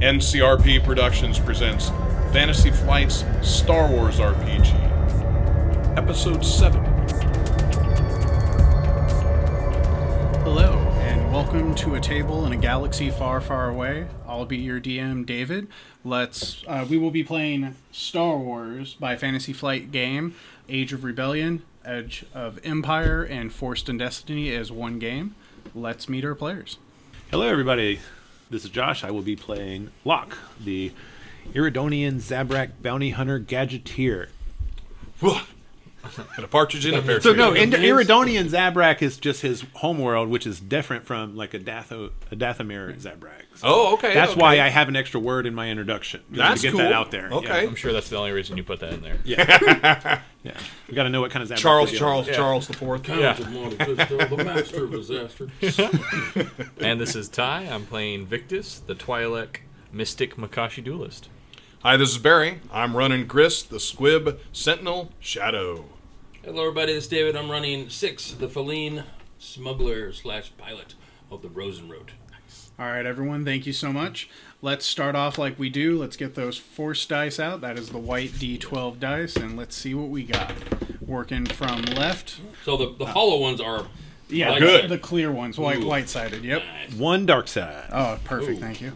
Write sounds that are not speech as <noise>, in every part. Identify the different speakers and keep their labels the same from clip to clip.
Speaker 1: NCRP Productions presents Fantasy Flight's Star Wars RPG, Episode 7.
Speaker 2: Hello, and welcome to A Table in a Galaxy Far, Far Away. I'll be your DM, David. Let's. Uh, we will be playing Star Wars by Fantasy Flight Game, Age of Rebellion, Edge of Empire, and Forced and Destiny as one game. Let's meet our players.
Speaker 3: Hello, everybody. This is Josh. I will be playing Locke, the Iridonian Zabrak bounty hunter gadgeteer.
Speaker 1: And a partridge in a pear
Speaker 3: So,
Speaker 2: <laughs>
Speaker 1: tree.
Speaker 3: no, in- Iridonian Zabrak is just his homeworld, which is different from like a, Datho, a Dathomir Zabrak. So
Speaker 4: Oh, okay.
Speaker 3: that's
Speaker 4: okay.
Speaker 3: why I have an extra word in my introduction. just
Speaker 4: That's
Speaker 3: to get
Speaker 4: cool.
Speaker 3: that out there.
Speaker 4: Okay.
Speaker 3: Yeah.
Speaker 5: I'm sure that's the only reason you put that in there.
Speaker 3: yeah. We got to know what kind of Zabrak.
Speaker 4: Charles,
Speaker 3: we're dealing
Speaker 4: Charles,
Speaker 3: with.
Speaker 4: Charles the Fourth.
Speaker 5: Yeah.
Speaker 6: Talented model Vista, the master of disaster.
Speaker 5: And this is Ty. I'm playing Victus, the Twi'lek mystic Makashi duelist.
Speaker 1: Hi, this is Barry. I'm running Gris, the Squib, Sentinel, Shadow.
Speaker 6: Hello, everybody. This is David. I'm running six, the Feline smuggler slash pilot of the Rosen Road.
Speaker 2: All right, everyone, thank you so much. Let's start off like we do. Let's get those force dice out. That is the white D12 dice, and let's see what we got. Working from left.
Speaker 6: So the, the hollow ones are
Speaker 2: Yeah,
Speaker 6: Light
Speaker 1: good.
Speaker 2: The clear ones, white, white sided. Yep.
Speaker 6: nice.
Speaker 3: One dark side.
Speaker 2: Oh, perfect. Thank you.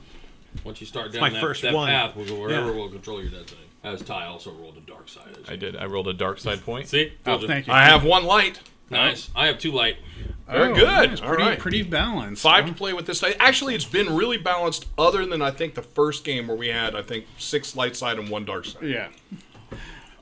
Speaker 6: Once you start down
Speaker 3: my
Speaker 6: that,
Speaker 3: first
Speaker 6: that
Speaker 3: one.
Speaker 6: path, we'll go wherever
Speaker 3: Yeah.
Speaker 6: will control your dead side. As Ty also rolled a dark side.
Speaker 5: I did. I rolled a dark side point.
Speaker 6: See? Told you.
Speaker 2: Oh, Thank you.
Speaker 1: I have one light.
Speaker 6: Nice. I have two light.
Speaker 1: Very
Speaker 2: Oh,
Speaker 1: good.
Speaker 2: nice.
Speaker 1: All
Speaker 2: Pretty,
Speaker 1: right.
Speaker 2: pretty balanced.
Speaker 1: Five
Speaker 2: huh?
Speaker 1: to play with this dice. Actually, it's been really balanced, other than I think the first game where we had, I think, six light side and one dark side.
Speaker 2: Yeah.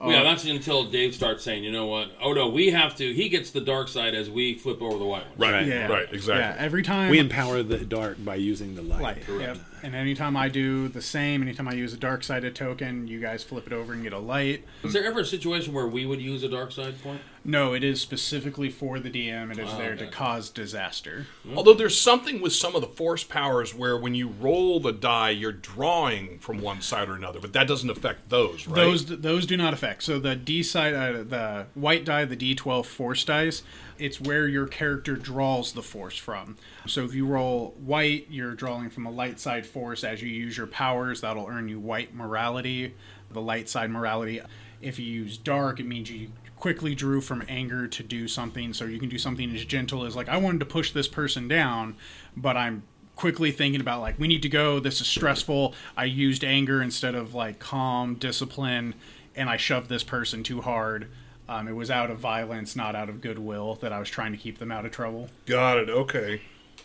Speaker 6: Well, yeah, that's until Dave starts saying, you know what? Oh, no, we have to. He gets the dark side as we flip over the white one.
Speaker 1: Right,
Speaker 2: Yeah.
Speaker 1: right, exactly.
Speaker 2: Yeah. Every time.
Speaker 3: We empower the dark by using the light.
Speaker 2: Light. Yep. And anytime I do the same, anytime I use a dark sided token, you guys flip it over and get a light.
Speaker 6: Is there ever a situation where we would use a dark side point?
Speaker 2: No, it is specifically for the DM. It is there to
Speaker 6: okay.
Speaker 2: cause disaster.
Speaker 1: Mm-hmm. Although there's something with some of the force powers where when you roll the die, you're drawing from one side or another, but that doesn't affect those, right?
Speaker 2: Those those do not affect. So the D side, uh, the white die, the D12 force dice, it's where your character draws the force from. So if you roll white, you're drawing from a light side force. As you use your powers, that'll earn you white morality, the light side morality. If you use dark, it means you quickly drew from anger to do something. So you can do something as gentle as like I wanted to push this person down, but I'm quickly thinking about like we need to go this is stressful i used anger instead of like calm discipline and i shoved this person too hard um, it was out of violence not out of goodwill that i was trying to keep them out of trouble
Speaker 1: Got it. Okay.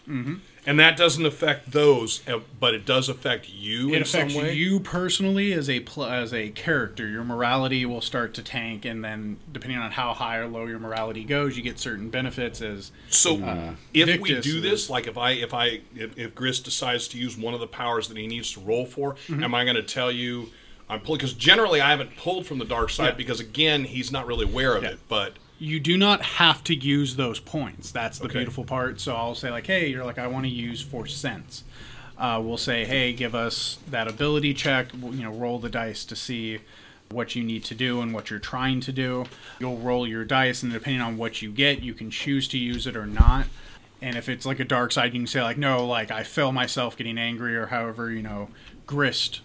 Speaker 2: Mm-hmm.
Speaker 1: And that doesn't affect those, uh, but it does affect you
Speaker 2: it
Speaker 1: in
Speaker 2: affects
Speaker 1: some way.
Speaker 2: you personally as a pl- as a character your morality will start to tank and then depending on how high or low your morality goes you get certain benefits as
Speaker 1: So if we
Speaker 2: Victus
Speaker 1: do this,
Speaker 2: is-
Speaker 1: like if I if I if, if Gris decides to use one of the powers that he needs to roll for,
Speaker 2: Mm-hmm.
Speaker 1: am I going to tell you? I'm pulling because generally I haven't pulled from the dark side
Speaker 2: Yeah.
Speaker 1: because again he's not really aware of
Speaker 2: Yeah.
Speaker 1: it. But
Speaker 2: you do not have to use those points. That's the
Speaker 1: Okay.
Speaker 2: beautiful part. So I'll say like, hey, you're like, I want to use four cents. Uh, we'll say, hey, give us that ability check. w- You know, roll the dice to see what you need to do and what you're trying to do. You'll roll your dice, and depending on what you get, you can choose to use it or not. And if it's like a dark side, you can say like, no, like I feel myself getting angry, or however you know, grist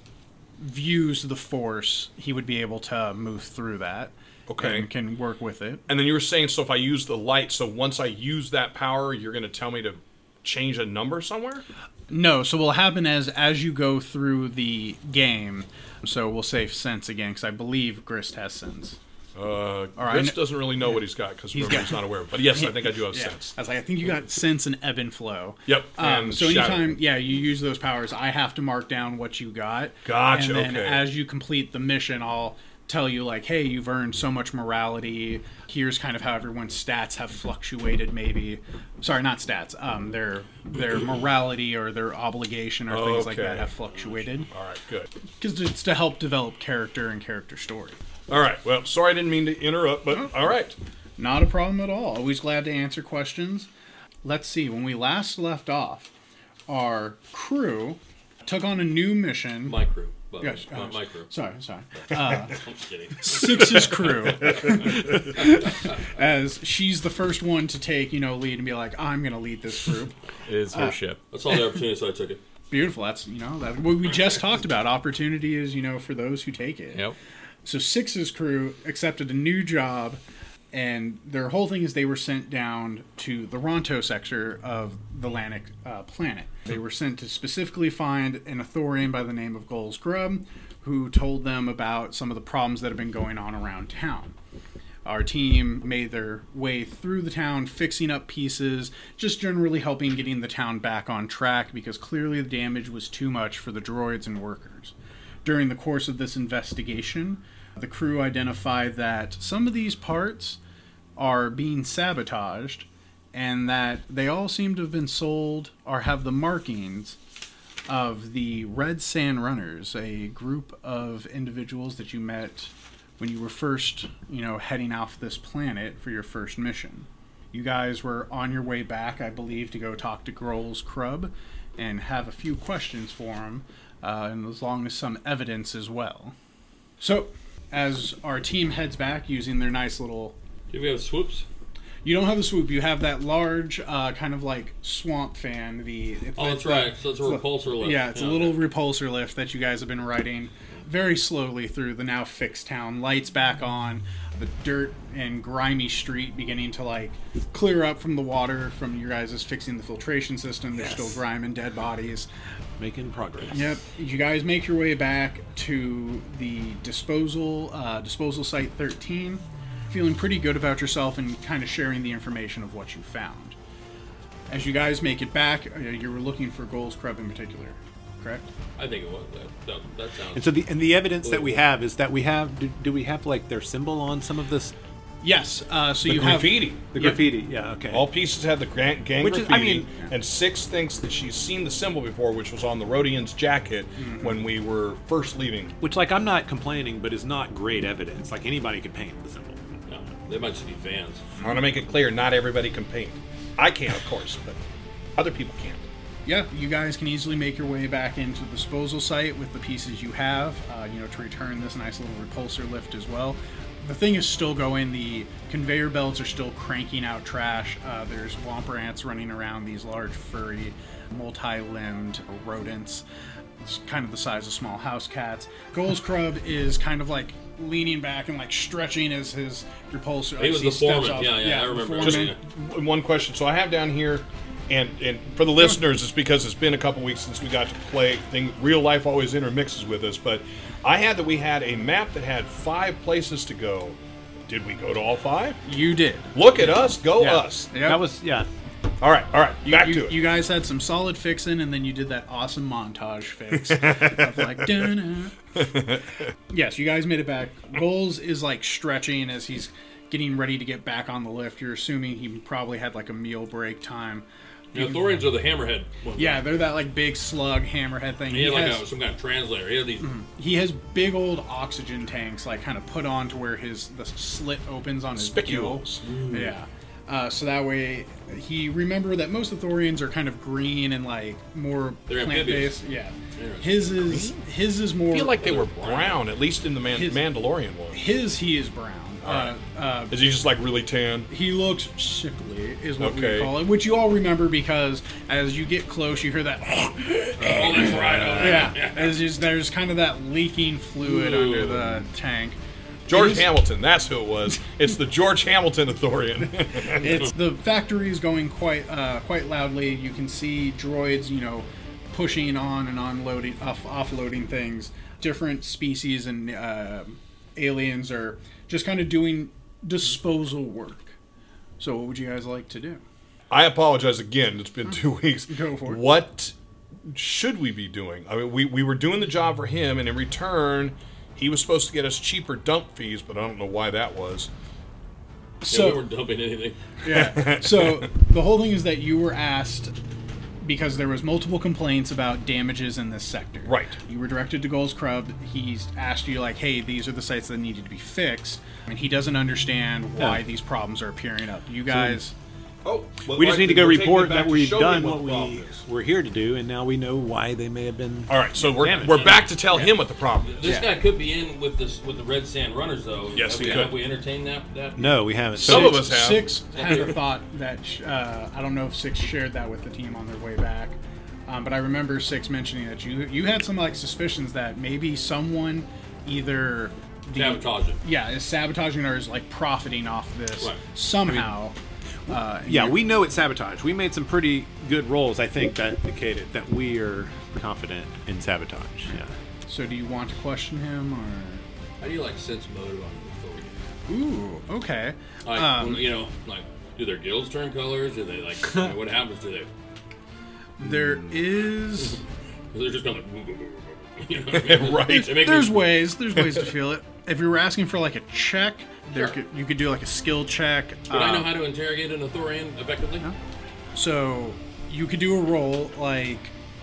Speaker 2: views the force. He would be able to move through that.
Speaker 1: Okay.
Speaker 2: and can work with it.
Speaker 1: and then you were saying so if I use the light, so once I use that power, you're going to tell me to change a number somewhere.
Speaker 2: No, so what'll happen is as you go through the game, so we'll say sense again because I believe Grist has sense.
Speaker 1: Uh,
Speaker 2: right,
Speaker 1: Gris
Speaker 2: I kn-
Speaker 1: doesn't really know what he's got because remember
Speaker 2: got-
Speaker 1: he's not aware. of it. But yes, I think I do have sense.
Speaker 2: I was like, I think you got sense and ebb and flow.
Speaker 1: Yep,
Speaker 2: Um,
Speaker 1: and
Speaker 2: so
Speaker 1: shadow.
Speaker 2: anytime, yeah, you use those powers, I have to mark down what you got.
Speaker 1: Gotcha,
Speaker 2: And then
Speaker 1: okay.
Speaker 2: as you complete the mission, I'll tell you like, hey, you've earned so much morality. Here's kind of how everyone's stats have fluctuated. Maybe, sorry, not stats. Um, their their morality or their obligation or things like
Speaker 1: Okay.
Speaker 2: that have fluctuated.
Speaker 1: All right, good.
Speaker 2: because it's to help develop character and character story.
Speaker 1: All right. Well, sorry I didn't mean to interrupt, but all right.
Speaker 2: Not a problem at all. Always glad to answer questions. Let's see. When we last left off, our crew took on a new mission.
Speaker 6: My crew. But
Speaker 2: Yes,
Speaker 6: not my crew.
Speaker 2: Sorry, sorry.
Speaker 6: I'm just kidding.
Speaker 2: Six's crew. As she's the first one to take, you know, lead and be like, I'm going to lead this group.
Speaker 5: It is her ship.
Speaker 6: I saw the opportunity, so I took it.
Speaker 2: Beautiful. That's you know that what we just talked about. Opportunity is you know for those who take it.
Speaker 5: Yep.
Speaker 2: So Six's crew accepted a new job, and their whole thing is they were sent down to the Ronto sector of the Atlantic uh, planet. They were sent to specifically find an Athorian by the name of Goals Grub, who told them about some of the problems that have been going on around town. Our team made their way through the town, fixing up pieces, just generally helping getting the town back on track because clearly the damage was too much for the droids and workers. During the course of this investigation, the crew identified that some of these parts are being sabotaged and that they all seem to have been sold or have the markings of the Red Sand Runners, a group of individuals that you met when you were first, you know, heading off this planet for your first mission. You guys were on your way back, I believe, to go talk to Grohl's Crub and have a few questions for him, uh, and as long as some evidence as well. So, as our team heads back using their nice little
Speaker 6: Do we have swoops?
Speaker 2: you don't have the swoop. You have that large, uh, kind of like swamp fan. The it's-
Speaker 6: Oh, that's
Speaker 2: it's
Speaker 6: right. So it's a repulsor lift.
Speaker 2: Yeah, it's a little repulsor lift that you guys have been riding very slowly through the now fixed town. Lights back on, the dirt and grimy street beginning to like clear up from the water from you guys is fixing the filtration system. There's still grime and dead bodies.
Speaker 3: Making progress.
Speaker 2: Yep. You guys make your way back to the disposal uh, disposal site 13, feeling pretty good about yourself and kind of sharing the information of what you found. As you guys make it back, uh, you were looking for Goals Crub in particular, correct?
Speaker 6: I think it was. That, that, that sounds.
Speaker 3: And so the and the evidence that we have is that we have do, do we have like their symbol on some of this
Speaker 2: Yes. Uh, so you
Speaker 1: graffiti.
Speaker 3: the
Speaker 2: Yeah.
Speaker 3: graffiti? Yeah, okay.
Speaker 1: All pieces had the gang, gang
Speaker 3: Which is-
Speaker 1: graffiti,
Speaker 3: I mean-
Speaker 1: and Six thinks that she's seen the symbol before, which was on the Rhodian's jacket when we were first leaving.
Speaker 3: Which like I'm not complaining, but is not great evidence. Like anybody could paint the symbol.
Speaker 6: no, they might just be fans.
Speaker 1: I want to make it clear, not everybody can paint. I can, of course, but other people can't.
Speaker 2: have yeah, you guys can easily make your way back into the disposal site with the pieces you have, uh, you know, to return this nice little repulsor lift as well. The thing is still going. The conveyor belts are still cranking out trash. Uh, there's womper ants running around. These large, furry, multi-limbed rodents. It's kind of the size of small house cats. Goals Crub is kind of like leaning back and like stretching as his repulsor. as
Speaker 6: was the
Speaker 2: steps
Speaker 6: foreman.
Speaker 2: off.
Speaker 6: Yeah, yeah, I
Speaker 2: the
Speaker 6: remember.
Speaker 2: foreman.
Speaker 1: Just w- one question. So I have down here, and and for the listeners, it's because it's been a couple weeks since we got to play. Thing real life always intermixes with us, but I had that we had a map that had five places to go. Did we go to all five?
Speaker 2: You did.
Speaker 1: Look at us, go us.
Speaker 2: Yep.
Speaker 3: That was yeah.
Speaker 1: All right, all right, back
Speaker 2: you,
Speaker 1: to it.
Speaker 2: you guys had some solid fixing, and then you did that awesome
Speaker 1: <laughs>
Speaker 2: montage fix of like. dun yes, you guys made it back. Goals is like stretching as he's getting ready to get back on the lift. You're assuming he probably had like a meal break time.
Speaker 6: You know, Thorians are the hammerhead. ones.
Speaker 2: Yeah, they're that like big slug hammerhead thing.
Speaker 6: He had like
Speaker 2: has-
Speaker 6: a, some kind of translator. He had these.
Speaker 2: he has big old oxygen tanks like kind of put on to where his the slit opens on his
Speaker 1: Spicules.
Speaker 2: gill. Yeah. Uh, so that way, he remember that most Thorians are kind of green and like more
Speaker 6: They're
Speaker 2: plant
Speaker 6: amphibious.
Speaker 2: based. Yeah. His is his is more
Speaker 1: I feel like they were
Speaker 6: brown.
Speaker 1: brown, at least in the Man-
Speaker 2: His-
Speaker 1: Mandalorian one.
Speaker 2: his. He is brown. Uh, uh,
Speaker 1: Is he just like really tan?
Speaker 2: he looks sickly, is what
Speaker 1: Okay.
Speaker 2: we call it, which you all remember because as you get close, you
Speaker 1: <laughs>
Speaker 2: hear that.
Speaker 6: Oh, that's right. Oh,
Speaker 2: yeah. As you- there's kind of that leaking fluid
Speaker 6: Ooh.
Speaker 2: under the tank.
Speaker 1: George
Speaker 2: His-
Speaker 1: Hamilton, that's who it
Speaker 2: <laughs>
Speaker 1: was. It's the George Hamilton Authorian. <laughs>
Speaker 2: It's the factory is going quite uh, quite loudly. You can see droids, you know, pushing on and unloading, off, offloading things. Different species and uh, aliens are just kind of doing disposal work. So, what would you guys like to do?
Speaker 1: I apologize again. It's
Speaker 4: Mm.
Speaker 1: been two weeks.
Speaker 2: Go for it.
Speaker 1: What should we be doing? I mean, we, we were doing the job for him, and in return, he was supposed to get us cheaper dump fees, but I don't know why that was.
Speaker 6: So,
Speaker 2: So,
Speaker 6: we weren't dumping anything.
Speaker 2: yeah. So the whole thing is that you were asked because there was multiple complaints about damages in this sector.
Speaker 1: Right.
Speaker 2: You were directed to Gold's Crub. He's asked you like, "Hey, these are the sites that needed to be fixed," and he doesn't understand why
Speaker 3: Yeah.
Speaker 2: these problems are appearing up. You guys,
Speaker 1: Oh,
Speaker 3: We just need to go report that we've done what we were here to do, and now we know why they may have been.
Speaker 1: All right, so we're,
Speaker 3: Damn it.
Speaker 1: we're back to tell him what the problem
Speaker 4: <laughs>
Speaker 1: is.
Speaker 6: This
Speaker 2: Yeah.
Speaker 6: guy could be in with this with the Red Sand Runners though.
Speaker 1: Yes,
Speaker 6: have
Speaker 1: he
Speaker 6: we,
Speaker 1: could.
Speaker 6: Have we entertained that? that?
Speaker 3: No, we haven't.
Speaker 1: Some
Speaker 3: So
Speaker 1: of us have.
Speaker 2: six had a thought that uh, I don't know if six shared that with the team on their way back. Um, but I remember Six mentioning that you you had some like suspicions that maybe someone either the,
Speaker 6: Sabotage it.
Speaker 2: yeah is sabotaging or is like profiting off this
Speaker 6: Right.
Speaker 2: somehow. uh, and
Speaker 3: Yeah,
Speaker 2: you're-
Speaker 3: we know it's sabotage. We made some pretty good rolls, I think, that indicated that we are confident in sabotage. Yeah.
Speaker 2: So do you want to question him or?
Speaker 6: How do you like sense motive on the authority?
Speaker 2: Ooh, okay.
Speaker 6: Like
Speaker 2: Um,
Speaker 6: you know, like do their guilds turn colors? Do they like
Speaker 2: <laughs>
Speaker 6: what happens to them?
Speaker 2: There is.
Speaker 6: Because they're just going like, "Boo, boo, boo, boo, boo," <laughs> you know what I mean?
Speaker 1: right.
Speaker 6: It makes
Speaker 2: there's
Speaker 6: me-
Speaker 2: ways. There's ways to feel it. <laughs> If you were asking for like a check, there
Speaker 6: Sure.
Speaker 2: could, you could do like a skill check.
Speaker 6: Would
Speaker 3: Uh,
Speaker 6: I know
Speaker 2: um,
Speaker 6: how to interrogate an Authorian effectively?
Speaker 2: Uh, So you could do a roll like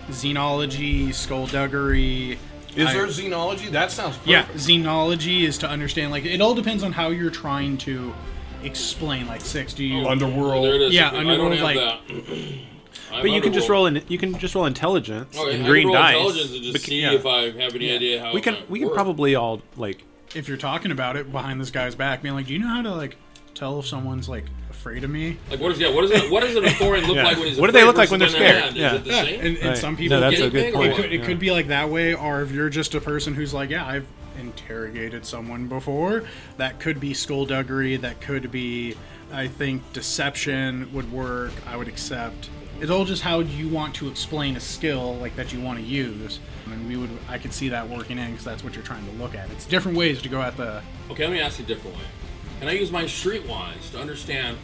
Speaker 2: xenology, skullduggery.
Speaker 1: Is
Speaker 2: I-
Speaker 1: there xenology? That sounds perfect.
Speaker 2: yeah, xenology is to understand. Like it all depends on how you're trying to explain. Like six, do you?
Speaker 1: Underworld.
Speaker 6: There it is.
Speaker 2: Yeah,
Speaker 6: I don't
Speaker 2: underworld,
Speaker 6: have
Speaker 2: like-
Speaker 3: <clears throat>
Speaker 6: that.
Speaker 3: But you can just roll in. You can just roll intelligence
Speaker 6: Oh, yeah, I
Speaker 3: and
Speaker 6: can
Speaker 3: green
Speaker 6: roll
Speaker 3: dice.
Speaker 6: Intelligence and just
Speaker 3: Bec-
Speaker 6: see
Speaker 3: yeah.
Speaker 6: if I have any idea how
Speaker 3: we can.
Speaker 6: it
Speaker 3: We can
Speaker 6: works.
Speaker 3: probably all like.
Speaker 2: If you're talking about it behind this guy's back, being like, do you know how to like tell if someone's like afraid of me?
Speaker 6: Like what is yeah? What is it?
Speaker 3: <laughs>
Speaker 6: What does an Authorian look
Speaker 3: Yeah.
Speaker 6: like when he's?
Speaker 3: What do they
Speaker 6: afraid
Speaker 3: look like when
Speaker 6: versus
Speaker 3: they're
Speaker 6: they're
Speaker 3: scared?
Speaker 6: mad? Is it the
Speaker 2: Yeah, <laughs>
Speaker 6: same?
Speaker 2: and, and
Speaker 3: Right.
Speaker 2: some
Speaker 3: No,
Speaker 2: people
Speaker 3: that's
Speaker 2: get
Speaker 3: a
Speaker 6: guinea
Speaker 3: good
Speaker 6: pig or
Speaker 3: point.
Speaker 6: what?
Speaker 2: it
Speaker 3: yeah.
Speaker 2: could be like that way, or if you're just a person who's like, yeah, I've interrogated someone before. That could be skullduggery. That could be, I think, deception would work. I would accept. It's all just how you want to explain a skill like that you want to use, and we would. I could see that working in because that's what you're trying to look at. It's different ways to go at the.
Speaker 6: Okay, let me ask you a different way. Can I use my streetwise to understand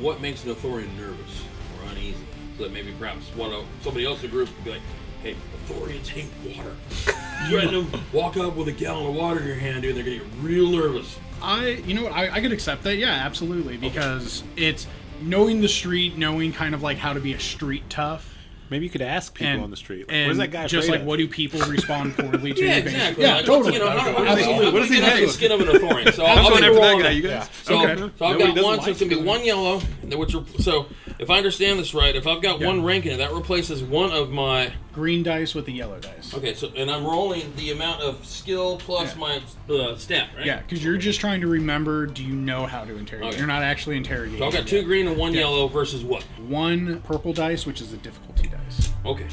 Speaker 6: what makes an Authorian nervous or uneasy? So that maybe perhaps one of somebody else in the group could be like, "Hey, Authorians hate water."
Speaker 3: <laughs>
Speaker 6: You had them walk up with a gallon of water in your hand, dude. They're gonna get real nervous.
Speaker 2: I, you know what, I, I could accept that. Yeah, absolutely, because it's knowing the street, knowing kind of like how to be a street tough.
Speaker 3: Maybe you could ask people
Speaker 2: and-
Speaker 3: on the street. Like,
Speaker 2: and
Speaker 3: what is that guy
Speaker 2: just
Speaker 3: afraid
Speaker 2: like
Speaker 3: of?
Speaker 2: what do people respond poorly
Speaker 6: <laughs>
Speaker 2: to?
Speaker 6: Yeah,
Speaker 2: basically?
Speaker 6: exactly.
Speaker 2: Yeah,
Speaker 6: Like,
Speaker 2: totally.
Speaker 6: You know, how, how,
Speaker 2: Absolutely.
Speaker 6: how,
Speaker 3: What does he
Speaker 6: how
Speaker 3: do?
Speaker 6: the skin of an authority? So I'll,
Speaker 3: I'm
Speaker 6: I'll
Speaker 3: going
Speaker 6: be
Speaker 3: after that
Speaker 6: wrong.
Speaker 3: guy. You guys.
Speaker 6: So,
Speaker 3: okay.
Speaker 6: so I've
Speaker 3: Nobody
Speaker 6: got
Speaker 3: doesn't
Speaker 6: one. So
Speaker 3: like
Speaker 6: it's gonna be one yellow. that Which are, so if I understand this right, if I've got one rank in it, that replaces one of my.
Speaker 2: Green dice with the yellow dice.
Speaker 6: Okay, so and I'm rolling the amount of skill plus
Speaker 2: Yeah.
Speaker 6: my uh, stat, right?
Speaker 2: Yeah, because you're just trying to remember. Do you know how to interrogate?
Speaker 6: Okay.
Speaker 2: You're not actually interrogating.
Speaker 6: So I've got two green and one yellow versus what?
Speaker 2: One purple dice, which is a difficulty dice,
Speaker 6: Okay.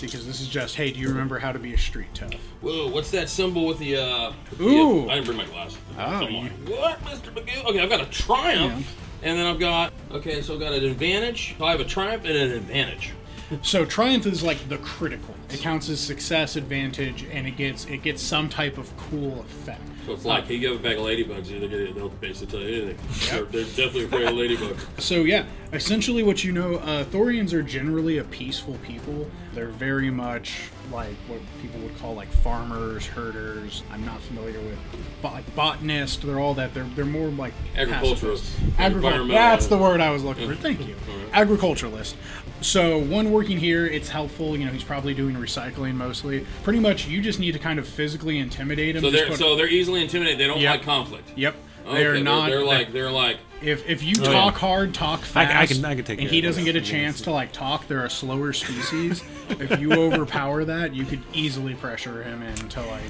Speaker 2: because this is just hey, do you remember how to be a street tough?
Speaker 6: Whoa, what's that symbol with the? uh with the-
Speaker 2: Ooh.
Speaker 6: I didn't bring my glasses.
Speaker 2: Oh,
Speaker 6: Come on. What, Mr. McGill? Okay, I've got a triumph, and then I've got okay, so I've got an advantage. So I have a triumph and an advantage.
Speaker 2: So triumph is like the critical. It counts as success, advantage, and it gets it gets some type of cool effect.
Speaker 6: So it's like you give a bag of ladybugs, you're gonna, they'll basically tell you anything. They're, they're definitely afraid of ladybugs.
Speaker 2: So yeah, essentially what you know, uh, Thorians are generally a peaceful people. They're very much like what people would call like farmers, herders. I'm not familiar with bo- like botanist. They're all that. They're they're more like
Speaker 6: Agriculturalists.
Speaker 2: Agriculture.
Speaker 6: Environmental-
Speaker 2: That's the word I was
Speaker 6: <laughs>
Speaker 2: looking for.
Speaker 6: Yeah.
Speaker 2: Thank you.
Speaker 6: Alright.
Speaker 2: Agriculturalist. So one working here, it's helpful. You know, he's probably doing recycling mostly. Pretty much, you just need to kind of physically intimidate him.
Speaker 6: So
Speaker 2: Just
Speaker 6: they're
Speaker 2: put-
Speaker 6: so they're easily intimidated. They don't
Speaker 2: Yeah.
Speaker 6: like conflict.
Speaker 2: Yep.
Speaker 6: Okay,
Speaker 2: they're not.
Speaker 6: They're, like they're like.
Speaker 2: If if you talk hard, talk
Speaker 3: Oh, I
Speaker 2: fast,
Speaker 3: can- I can- I can take
Speaker 2: and
Speaker 3: care
Speaker 2: he
Speaker 3: of
Speaker 2: doesn't
Speaker 3: this.
Speaker 2: get a chance to like talk, they're a slower species. if
Speaker 3: <laughs>
Speaker 2: you overpower that, you could easily pressure him into like,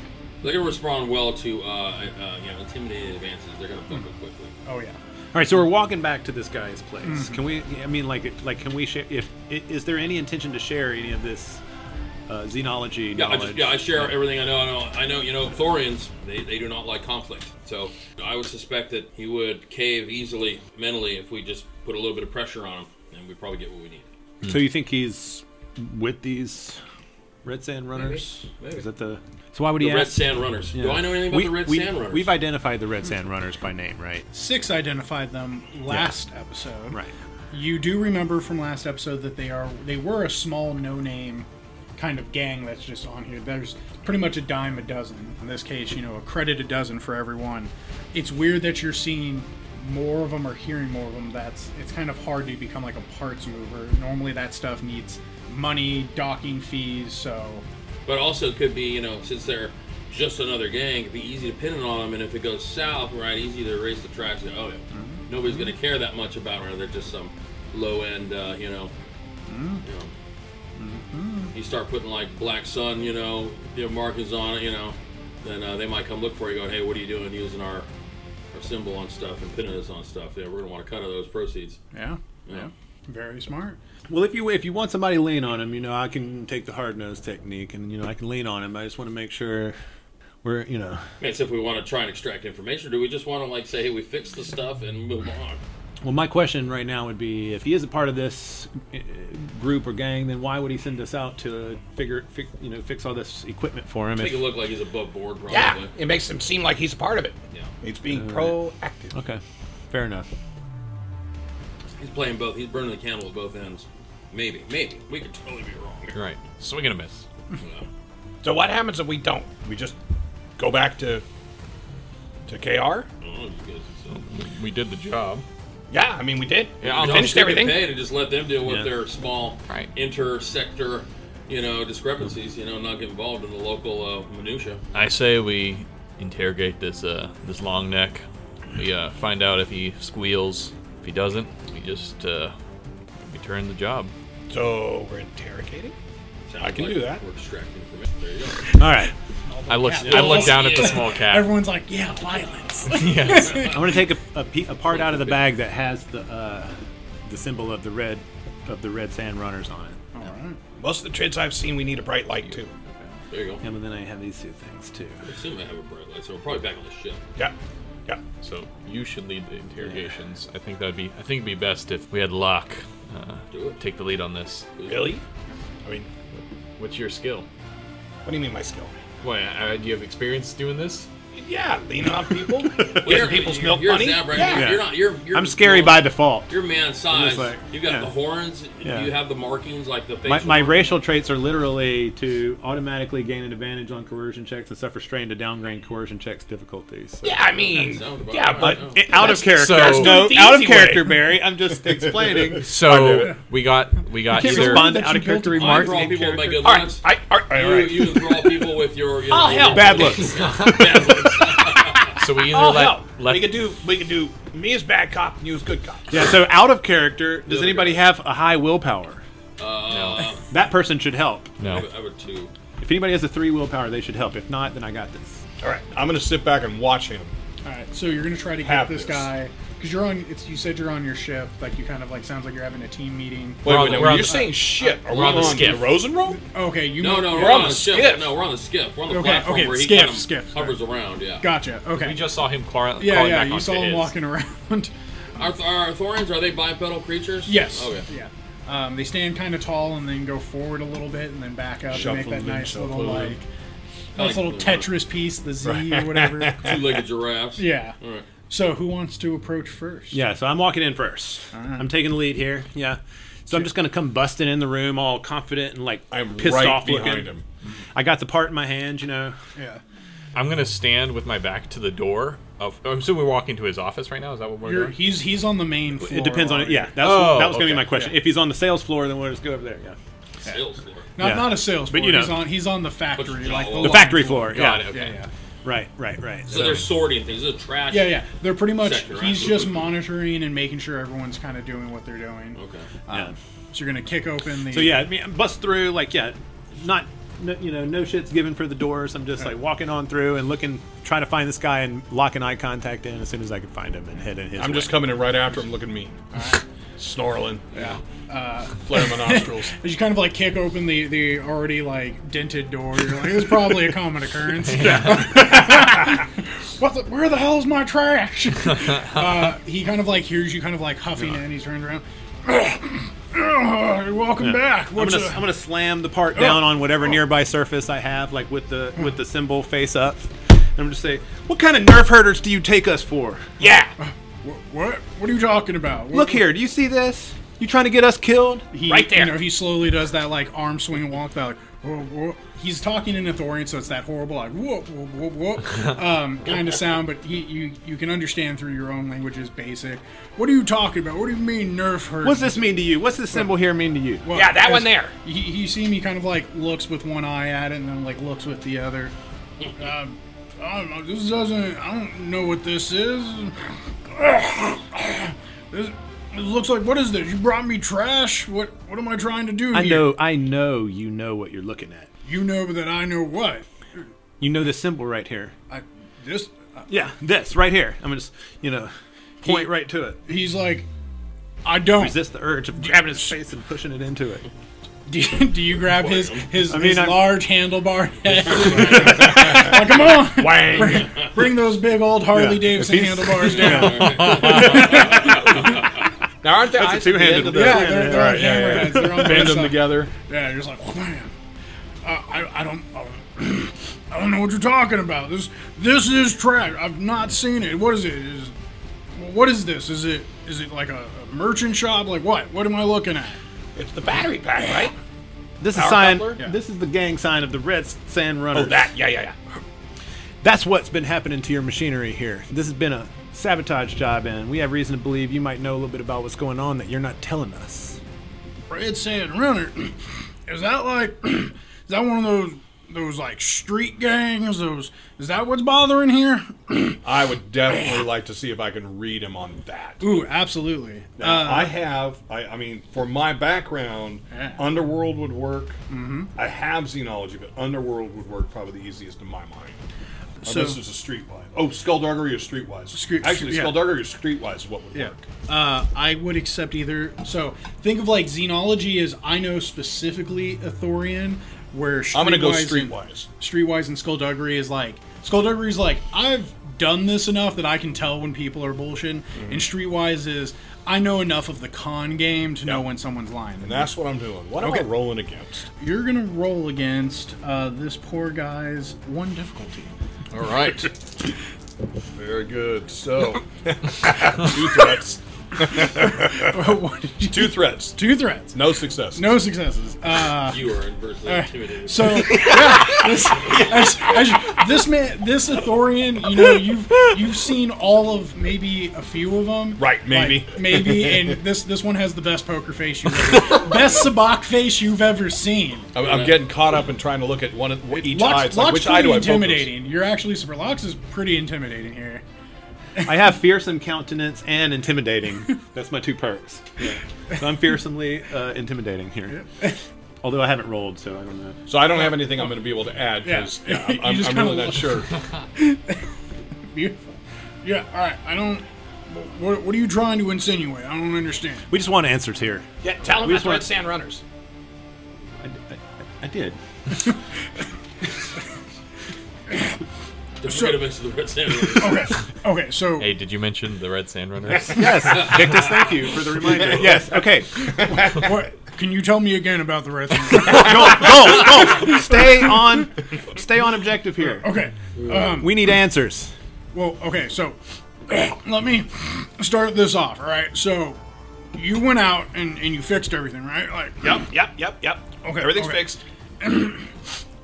Speaker 6: They're gonna respond well to uh, uh, you know intimidating advances. They're gonna fuck up quickly.
Speaker 2: oh yeah.
Speaker 3: All right, so we're walking back to this guy's place.
Speaker 6: Mm.
Speaker 3: Can we? I mean, like, like, can we share? If i- is there any intention to share any of this uh, xenology
Speaker 6: Yeah, I
Speaker 3: knowledge?
Speaker 6: just, yeah, I share everything I know. I know, I know. You know, Thorians they, they do not like conflict. So I would suspect that he would cave easily mentally if we just put a little bit of pressure on him, and we probably get what we need.
Speaker 3: So you think he's with these Red Sand Runners?
Speaker 6: Maybe.
Speaker 3: Is that the? So why would he
Speaker 6: The Red
Speaker 3: ask?
Speaker 6: Sand Runners. Do I know anything about
Speaker 3: we,
Speaker 6: the Red
Speaker 3: we-
Speaker 6: Sand Runners?
Speaker 3: We've identified the Red Sand Runners by name, right?
Speaker 2: Six identified them last episode.
Speaker 3: Right.
Speaker 2: You do remember from last episode that they are they were a small no-name kind of gang that's just on here. There's pretty much a dime a dozen. In this case, you know, a credit a dozen for everyone. It's weird that you're seeing more of them or hearing more of them. That's it's kind of hard to become like a parts mover. Normally that stuff needs money, docking fees, so
Speaker 6: But also it could be, you know, since they're just another gang, it'd be easy to pin it on them. And if it goes south, right, easy to erase the tracks. And, oh, yeah. Nobody's going to care that much about it. They're just some low end, uh, you know. You, know. you start putting like Black Sun, you know, their markings on it, you know, then uh, they might come look for you going, hey, what are you doing using our, our symbol on stuff and pinning us on stuff? Yeah, we're going to want to cut out those proceeds.
Speaker 2: yeah.
Speaker 6: Yeah.
Speaker 2: Very smart.
Speaker 3: Well, if you if you want somebody to lean on him, you know I can take the hard nose technique, and you know I can lean on him. I just want to make sure we're you know
Speaker 6: mean, it's if we want to try and extract information, or do we just want to like say, hey, we fixed the stuff and move on?
Speaker 3: Well, my question right now would be: if he is a part of this uh, group or gang, then why would he send us out to figure, fi- you know, fix all this equipment for him?
Speaker 6: Make it
Speaker 3: If,
Speaker 6: look like he's above board, probably.
Speaker 4: Yeah, it makes him seem like he's a part of it.
Speaker 6: Yeah.
Speaker 4: It's being proactive.
Speaker 3: okay, fair enough.
Speaker 6: He's playing both. He's burning the candle at both ends. Maybe, maybe we could totally be wrong.
Speaker 3: <laughs>
Speaker 6: here.
Speaker 5: Right. Swing and a miss.
Speaker 6: You know?
Speaker 4: So what happens if we don't? We just go back to to KR?
Speaker 6: I don't know, you guys are so-
Speaker 5: We did the job.
Speaker 4: Yeah, I mean we did.
Speaker 5: Yeah,
Speaker 4: we
Speaker 5: I'll-
Speaker 4: finished
Speaker 6: Don't get
Speaker 4: everything.
Speaker 6: Paid and just let them deal with
Speaker 3: Yeah.
Speaker 6: their small
Speaker 5: Right.
Speaker 6: inter-sector, you know, discrepancies. You know, not get involved in the local uh, minutia.
Speaker 5: I say we interrogate this uh, this long neck. We uh, find out if he squeals. If he doesn't, we just uh, return the job.
Speaker 4: So we're interrogating.
Speaker 6: Sounds
Speaker 1: I can
Speaker 6: like
Speaker 1: do that.
Speaker 6: We're extracting information. There you go.
Speaker 3: All right,
Speaker 5: I look I look down at the small cat.
Speaker 2: Everyone's like, yeah, violence.
Speaker 5: yes.
Speaker 3: I want to take a, a, pe- a part out of the bag that has the uh, the symbol of the red of the red sand runners on it,
Speaker 2: All right.
Speaker 4: Most of the trids I've seen, we need a bright light too.
Speaker 6: There you go.
Speaker 3: and then I have these two things too.
Speaker 6: I assume I have a bright light, so we're probably back on the ship.
Speaker 4: Yeah, yeah.
Speaker 5: So you should lead the interrogations. I think that'd be I think it'd be best if we had Locke uh,
Speaker 6: Do it.
Speaker 5: take the lead on this.
Speaker 4: Really? I mean,
Speaker 5: What's your skill?
Speaker 4: what do you mean my skill?
Speaker 5: Why uh, do you have experience doing this?
Speaker 4: Yeah, leaning on <laughs> people,
Speaker 6: Well,
Speaker 4: getting
Speaker 6: you're-
Speaker 4: people's
Speaker 6: you're-
Speaker 4: milk
Speaker 6: you're a
Speaker 4: money.
Speaker 6: Zab right
Speaker 4: yeah.
Speaker 6: now. You're not. You're, you're,
Speaker 3: I'm scary by default.
Speaker 6: You're man size.
Speaker 3: just like-
Speaker 6: You've got
Speaker 3: yeah.
Speaker 6: the horns.
Speaker 3: Yeah.
Speaker 6: You have the markings like the facial.
Speaker 3: My, my racial traits are literally to automatically gain an advantage on coercion checks and suffer strain to downgrade coercion checks difficulties. So-
Speaker 4: Yeah, I mean,
Speaker 6: Sounds about
Speaker 4: yeah,
Speaker 6: right.
Speaker 4: but
Speaker 6: Oh.
Speaker 3: It- out of character.
Speaker 5: so-
Speaker 3: no,
Speaker 4: That's the
Speaker 3: out of
Speaker 4: easy way.
Speaker 3: character, Barry. I'm just explaining.
Speaker 5: So we got we got
Speaker 3: Can't
Speaker 5: either
Speaker 3: respond
Speaker 2: that
Speaker 3: to out
Speaker 2: you
Speaker 3: of character
Speaker 2: built a
Speaker 3: remarks.
Speaker 6: enthrall
Speaker 3: and
Speaker 6: people with my
Speaker 3: character-
Speaker 6: good
Speaker 4: all right,
Speaker 6: looks.
Speaker 4: I, all right, all
Speaker 6: You,
Speaker 4: right.
Speaker 6: you enthrall people with your. You know,
Speaker 4: Oh, hell.
Speaker 3: Bad looks.
Speaker 6: Bad looks.
Speaker 5: so <laughs> we either
Speaker 4: Oh
Speaker 5: let,
Speaker 4: hell,
Speaker 5: let
Speaker 4: we could do we could do me as bad cop and you as good cop.
Speaker 3: Yeah. So out of character. Does
Speaker 6: other
Speaker 3: anybody have a high willpower?
Speaker 6: Uh,
Speaker 3: <laughs> That person should help.
Speaker 5: no.
Speaker 6: <laughs>
Speaker 5: <laughs>
Speaker 6: I would too.
Speaker 3: If anybody has a three willpower, they should help. If not, then I got this.
Speaker 1: All right, I'm gonna sit back and watch him.
Speaker 2: All right. So you're gonna try to get
Speaker 1: Have
Speaker 2: this
Speaker 1: this.
Speaker 2: guy because you're on. It's you said you're on your ship. Like you kind of like sounds like you're having a team meeting.
Speaker 1: Wait
Speaker 5: We're
Speaker 1: a
Speaker 5: on the-
Speaker 1: minute,
Speaker 5: we're on
Speaker 1: you're
Speaker 5: the-
Speaker 1: saying ship. Are we
Speaker 5: we're on
Speaker 1: on
Speaker 5: the
Speaker 1: the,
Speaker 5: skiff.
Speaker 1: Rosen roll?
Speaker 2: Okay, you.
Speaker 6: No,
Speaker 2: mean-
Speaker 6: no,
Speaker 2: yeah.
Speaker 6: we're, on, the skiff.
Speaker 4: skiff.
Speaker 6: No, we're on the skiff. We're on the
Speaker 2: Okay,
Speaker 6: platform
Speaker 2: okay,
Speaker 6: where he
Speaker 2: skiff,
Speaker 6: kind of
Speaker 2: skiff,
Speaker 6: hovers around. Yeah.
Speaker 2: Gotcha. Okay.
Speaker 5: we just saw him crawling,
Speaker 2: yeah,
Speaker 5: crawling
Speaker 2: yeah.
Speaker 5: back
Speaker 2: You
Speaker 5: onto
Speaker 2: saw him
Speaker 5: his.
Speaker 2: walking <laughs> around.
Speaker 6: Are, are Thorins are they bipedal creatures? Oh,
Speaker 2: Yes.
Speaker 3: Oh,
Speaker 6: Okay.
Speaker 2: Yeah. Um, they stand kind of tall and then go forward a little bit and then back up
Speaker 1: Shuffle
Speaker 2: and make that
Speaker 1: and
Speaker 2: nice
Speaker 1: shuffle
Speaker 2: little
Speaker 1: and-
Speaker 2: like nice little
Speaker 6: Like-
Speaker 2: Tetris piece, the Z or whatever.
Speaker 6: Two-legged giraffes.
Speaker 2: yeah.
Speaker 6: All right.
Speaker 2: So who wants to approach first?
Speaker 3: Yeah. So I'm walking in first. I'm taking the lead here. Yeah. So I'm just gonna come busting in the room, all confident and like
Speaker 1: I'm
Speaker 3: pissed
Speaker 1: right
Speaker 3: off
Speaker 1: behind
Speaker 3: looking.
Speaker 1: him.
Speaker 3: I got the part in my hand, you know.
Speaker 2: Yeah.
Speaker 5: I'm gonna stand with my back to the door of. I'm assuming we're walking to his office right now. Is that what we're
Speaker 2: You're,
Speaker 5: doing?
Speaker 2: he's he's on the main floor.
Speaker 3: It depends on it.
Speaker 2: already.
Speaker 3: Yeah, that's,
Speaker 5: Oh,
Speaker 3: that was going to
Speaker 5: okay.
Speaker 3: be my question. If he's on the sales floor, then we'll just go over there. Yeah,
Speaker 6: Sales floor.
Speaker 2: Not,
Speaker 3: Yeah.
Speaker 2: not a sales
Speaker 3: But,
Speaker 2: floor.
Speaker 3: you know.
Speaker 2: he's on he's on the factory,
Speaker 6: The
Speaker 2: like the,
Speaker 6: floor.
Speaker 3: the
Speaker 2: long
Speaker 3: factory floor. yeah,
Speaker 5: Got it. Okay.
Speaker 2: Yeah, yeah,
Speaker 3: right, right, right.
Speaker 6: So they're sorting things. This is trash.
Speaker 2: yeah, yeah. They're pretty much
Speaker 6: Sector, right?
Speaker 2: he's just monitoring and making sure everyone's kind of doing what they're doing.
Speaker 6: Okay.
Speaker 3: yeah.
Speaker 2: So you're gonna kick open the.
Speaker 3: um, So yeah, I mean, bust through. Like yeah, not no, you know no shits given for the doors. I'm just like walking on through and looking, trying to find this guy and locking eye contact in as soon as I can find him and head in his.
Speaker 1: I'm
Speaker 3: way.
Speaker 1: just coming in right after him. Look at me, snarling, Uh,
Speaker 2: Yeah.
Speaker 1: flare my <laughs> nostrils.
Speaker 2: As you kind of like kick open the the already like dented door, you're like, "It's probably a common occurrence." <laughs> what the, where the hell is my trash? <laughs> uh, he kind of like hears you kind of like huffing and he turns around. <clears throat> Welcome back.
Speaker 3: I'm
Speaker 2: What's
Speaker 3: gonna,
Speaker 2: up?
Speaker 3: I'm gonna slam the part down on whatever nearby surface I have, like with the with the symbol face up. And I'm just say, what kind of nerve herders do you take us for?
Speaker 4: Yeah,
Speaker 2: Wh- what? What are you talking about? What-
Speaker 3: Look here, do you see this? You trying to get us killed?
Speaker 2: He,
Speaker 4: Right there.
Speaker 2: You know, he slowly does that like arm swing walk. That like, whoa, whoa. he's talking in Ithorian, so it's that horrible like whoa, whoa, whoa,
Speaker 4: <laughs>
Speaker 2: whoa, um, kind of sound. But he, you, you can understand through your own language is basic. What are you talking about? What do you mean nerf hurt?
Speaker 3: What's this mean to you? What's this symbol here mean to you?
Speaker 2: Well,
Speaker 4: yeah, that
Speaker 2: as-
Speaker 4: one there.
Speaker 2: He, he, you see him. He kind of like looks with one eye at it, and then like looks with
Speaker 4: <laughs>
Speaker 2: the other. um, I don't know. This doesn't. I don't know what this is. this, it looks like what is this? You brought me trash. What? What am I trying to do
Speaker 3: I
Speaker 2: here?
Speaker 3: know, I know you know what you're looking at.
Speaker 2: You know that I know what.
Speaker 3: You know this symbol right here.
Speaker 2: I this.
Speaker 3: Yeah, this right here. I'm gonna just, you know, point
Speaker 2: He-
Speaker 3: right to it.
Speaker 2: He's like, I don't.
Speaker 3: Resist the urge of grabbing his face and pushing it into it.
Speaker 2: <laughs> Do you, do you grab his his,
Speaker 3: mean,
Speaker 2: his
Speaker 3: I'm-
Speaker 2: large
Speaker 1: <laughs>
Speaker 2: handlebar head? like, come on,
Speaker 1: Wang!
Speaker 2: bring those big old Harley Davidson
Speaker 3: If
Speaker 1: <laughs>
Speaker 3: he's-
Speaker 2: handlebars down.
Speaker 1: now aren't there eyes
Speaker 3: a
Speaker 1: at the end
Speaker 3: two-handed
Speaker 1: of
Speaker 3: whip.
Speaker 1: the
Speaker 2: Yeah, they're, they're
Speaker 1: Right, yeah, yeah,
Speaker 2: hammerheads. They're on
Speaker 1: bend
Speaker 2: both
Speaker 1: them
Speaker 2: sides.
Speaker 1: together?
Speaker 2: Yeah, you're just like, wham. Uh, I, I don't, I don't, <clears throat> I don't know what you're talking about. This, this is trash. I've not seen it. What is it? Is, what is this? Is it, is it like a, a merchant shop? Like what? What am I looking at?
Speaker 1: It's the battery pack, right?
Speaker 3: This is
Speaker 1: Power
Speaker 3: sign.
Speaker 1: coupler?
Speaker 2: Yeah.
Speaker 3: This is the gang sign of the Red Sand Runners.
Speaker 1: Oh, that. Yeah, yeah, yeah.
Speaker 3: That's what's been happening to your machinery here. This has been a sabotage job, and we have reason to believe you might know a little bit about what's going on that you're not telling us.
Speaker 2: Red Sand Runner. Is that like, <clears throat> is that one of those, those like street gangs? Those, is that what's bothering here?
Speaker 1: I would definitely like to see if I can read him on that. Uh,
Speaker 2: Ooh, absolutely.
Speaker 1: Now, I have, I, I mean, for my background,
Speaker 2: Yeah.
Speaker 1: Underworld would work. I have xenology, but Underworld would work probably the easiest in my mind.
Speaker 2: So-
Speaker 1: Unless it's a streetwise. Oh, Skullduggery or streetwise.
Speaker 2: Scre-
Speaker 1: Actually,
Speaker 2: yeah.
Speaker 1: Skullduggery or streetwise is what would
Speaker 2: Yeah.
Speaker 1: work.
Speaker 2: Uh, I would accept either. So think of like xenology as I know specifically Athorian, where
Speaker 1: I'm going to go
Speaker 2: Streetwise and-
Speaker 1: streetwise.
Speaker 2: Streetwise and Skullduggery is like Skullduggery is like I've done this enough that I can tell when people are bullshitting, and Streetwise is I know enough of the con game to know
Speaker 1: Yeah.
Speaker 2: when someone's lying.
Speaker 1: And that's what I'm doing. What
Speaker 2: Okay.
Speaker 1: am I rolling against?
Speaker 2: You're gonna roll against uh, this poor guy's
Speaker 1: <laughs>
Speaker 2: one difficulty.
Speaker 5: All right.
Speaker 1: Very good.
Speaker 4: <laughs>
Speaker 1: So, two threats.
Speaker 2: What did you-
Speaker 1: Two threats.
Speaker 2: Two threats.
Speaker 1: No success.
Speaker 2: No successes. Uh,
Speaker 6: You are adversely
Speaker 1: <laughs>
Speaker 6: intimidated.
Speaker 2: So yeah, this, as- as you- this man, this Athorian, you know, you've you've seen all of maybe a few of them,
Speaker 1: Right, maybe. <laughs>
Speaker 2: maybe, and this this one has the best poker face you've ever, best sabak face you've ever seen.
Speaker 1: I'm, I'm getting caught up in trying to look at one of each eye.
Speaker 2: Locks,
Speaker 1: It's like,
Speaker 2: Locks
Speaker 1: which
Speaker 2: pretty
Speaker 1: eye do I focus?
Speaker 2: intimidating. You're actually super. Locks is pretty intimidating here.
Speaker 3: I <laughs> have fearsome countenance and intimidating. That's my two perks. So I'm fearsomely uh, intimidating here. Although I haven't rolled, so I don't know.
Speaker 1: So I don't have anything I'm going to be able to add because
Speaker 2: Yeah. You
Speaker 1: I'm,
Speaker 2: just
Speaker 1: I'm
Speaker 2: kinda
Speaker 1: really not
Speaker 2: look.
Speaker 1: sure.
Speaker 2: Beautiful. Yeah. All right. I don't. What, what are you trying to insinuate? I don't understand.
Speaker 3: We just want answers here.
Speaker 4: Yeah, tell him
Speaker 3: We
Speaker 4: that's
Speaker 3: just want-
Speaker 4: Red Sand Runners.
Speaker 3: I, I, I did.
Speaker 6: Don't forget to mention the Red Sand Runners.
Speaker 2: Okay. Okay. So
Speaker 5: hey, did you mention the Red Sand Runners?
Speaker 3: Yes, <laughs> Dictus, thank you for the reminder. yes, okay.
Speaker 2: what? Can you tell me again about the red? thing?
Speaker 3: Go, go, go. Stay on, stay on objective here.
Speaker 2: Okay.
Speaker 3: We need answers.
Speaker 2: Well, okay, so <clears throat> let me start this off, all right? So you went out and, and you fixed everything, right? Like,
Speaker 4: Yep, yep, yep, yep.
Speaker 2: Okay,
Speaker 4: everything's
Speaker 2: okay.
Speaker 4: fixed.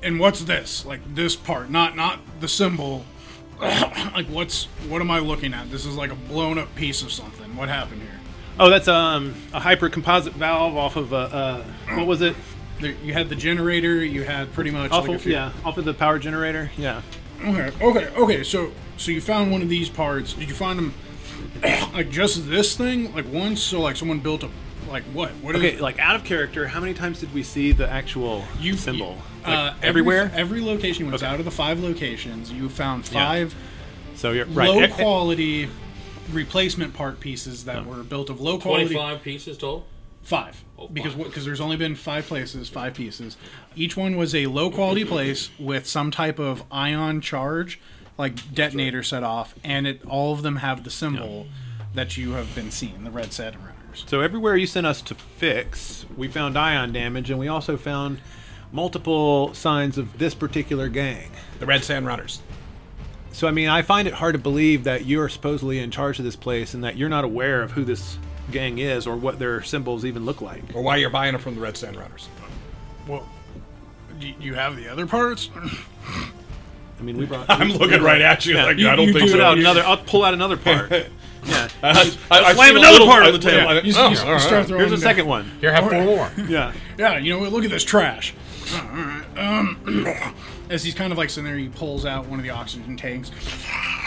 Speaker 2: and what's this? Like this part, not not the symbol. <clears throat> like what's what am I looking at? This is like a blown up piece of something. What happened here?
Speaker 3: Oh, that's um, a hyper composite valve off of a, uh, what was it?
Speaker 2: There, you had the generator. You had pretty much
Speaker 3: Off
Speaker 2: like a
Speaker 3: of,
Speaker 2: few,
Speaker 3: yeah, off of the power generator. Yeah.
Speaker 2: Okay, okay, okay. So, so you found one of these parts. Did you find them <clears throat> like just this thing, like once? So, like someone built a like what? What is
Speaker 3: Okay, like out of character, how many times did we see the actual
Speaker 2: You-
Speaker 3: symbol?
Speaker 2: you-
Speaker 3: Like,
Speaker 2: uh, every-
Speaker 3: everywhere.
Speaker 2: Every, location was out of the five locations. You found five
Speaker 3: so you're right.
Speaker 2: low
Speaker 3: <laughs> E- e-
Speaker 2: quality replacement part pieces that were built of low quality.
Speaker 6: 25 pieces total?
Speaker 2: Five.
Speaker 6: Oh,
Speaker 2: Because
Speaker 6: five.
Speaker 2: because there's only been five places, five pieces. Each one was a low quality place with some type of ion charge, like detonator set off, and it all of them have the symbol that you have been seeing, the red Saturn runners.
Speaker 3: so everywhere you sent us to fix, we found ion damage, and we also found multiple signs of this particular gang.
Speaker 4: The Red Sand Runners.
Speaker 3: So I mean, I find it hard to believe that you are supposedly in charge of this place, and that you're not aware of who this gang is or what their symbols even look like.
Speaker 1: Or why you're buying them from the Red Sand Runners.
Speaker 2: Well, do you have the other parts?
Speaker 3: I mean, we brought.
Speaker 1: I'm looking right at you like,
Speaker 2: You-
Speaker 1: I don't
Speaker 2: you
Speaker 1: think
Speaker 2: do
Speaker 1: so.
Speaker 2: it
Speaker 3: Put out another. I'll pull out another part. Yeah.
Speaker 1: <laughs> I, I, I
Speaker 3: Slam
Speaker 1: feel a
Speaker 3: another
Speaker 1: little-
Speaker 3: part on
Speaker 1: I-
Speaker 3: the table.
Speaker 1: yeah,
Speaker 2: You-
Speaker 1: oh,
Speaker 2: you-
Speaker 1: all
Speaker 2: you
Speaker 1: right.
Speaker 2: start throwing
Speaker 3: Here's a
Speaker 2: down.
Speaker 3: second one.
Speaker 4: Here, have four more.
Speaker 1: <laughs>
Speaker 3: Yeah.
Speaker 2: Yeah, you know what? Look at this trash. Uh, all right, um, <clears throat> as he's kind of like sitting there, he pulls out one of the oxygen tanks <clears throat>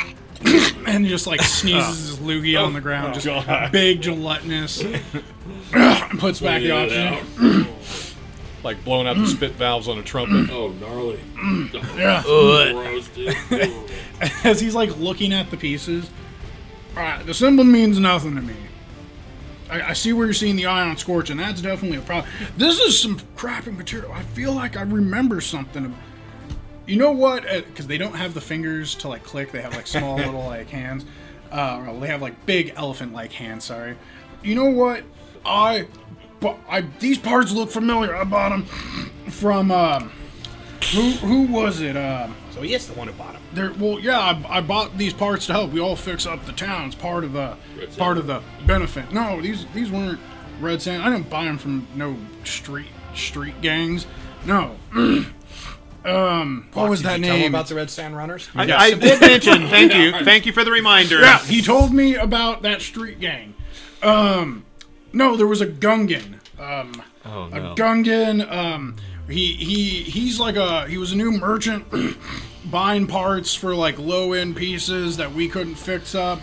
Speaker 2: and just like sneezes his loogie on the ground, just
Speaker 1: God.
Speaker 2: big gelatinous. <clears throat> puts back the
Speaker 6: Yeah,
Speaker 2: oxygen.
Speaker 1: Like blowing out the spit valves on a trumpet.
Speaker 6: Oh, gnarly.
Speaker 2: Yeah.
Speaker 6: Gross, dude. Ooh.
Speaker 2: <laughs> As he's like looking at the pieces. All right, the symbol means nothing to me. I, I see where you're seeing the ion scorch, and that's definitely a problem. This is some crappy material. I feel like I remember something. You know what? Because they don't have the fingers to like click. They have like small little like hands. Uh, or they have like big elephant-like hands. Sorry. You know what? I, but I these parts look familiar. I bought them from um, who? Who was it? Um,
Speaker 1: So he is the one who bought him.
Speaker 2: there, well, yeah, I, I bought these parts to help. We all fix up the town. It's part of the
Speaker 6: Red Sand.
Speaker 2: part of the benefit. No, these these weren't red sand. I didn't buy them from no street street gangs. No. <clears throat> um, what was that
Speaker 1: Tell him
Speaker 2: name?
Speaker 1: about the Red Sand Runners.
Speaker 3: I, I did mention. Thank you. Thank you for the reminder.
Speaker 2: yeah, he told me about that street gang. Um, no, there was a Gungan. Um,
Speaker 5: Oh
Speaker 2: a
Speaker 5: no.
Speaker 2: Gungan. Um, he he he's like a he was a new merchant <clears throat> buying parts for like low end pieces that we couldn't fix up.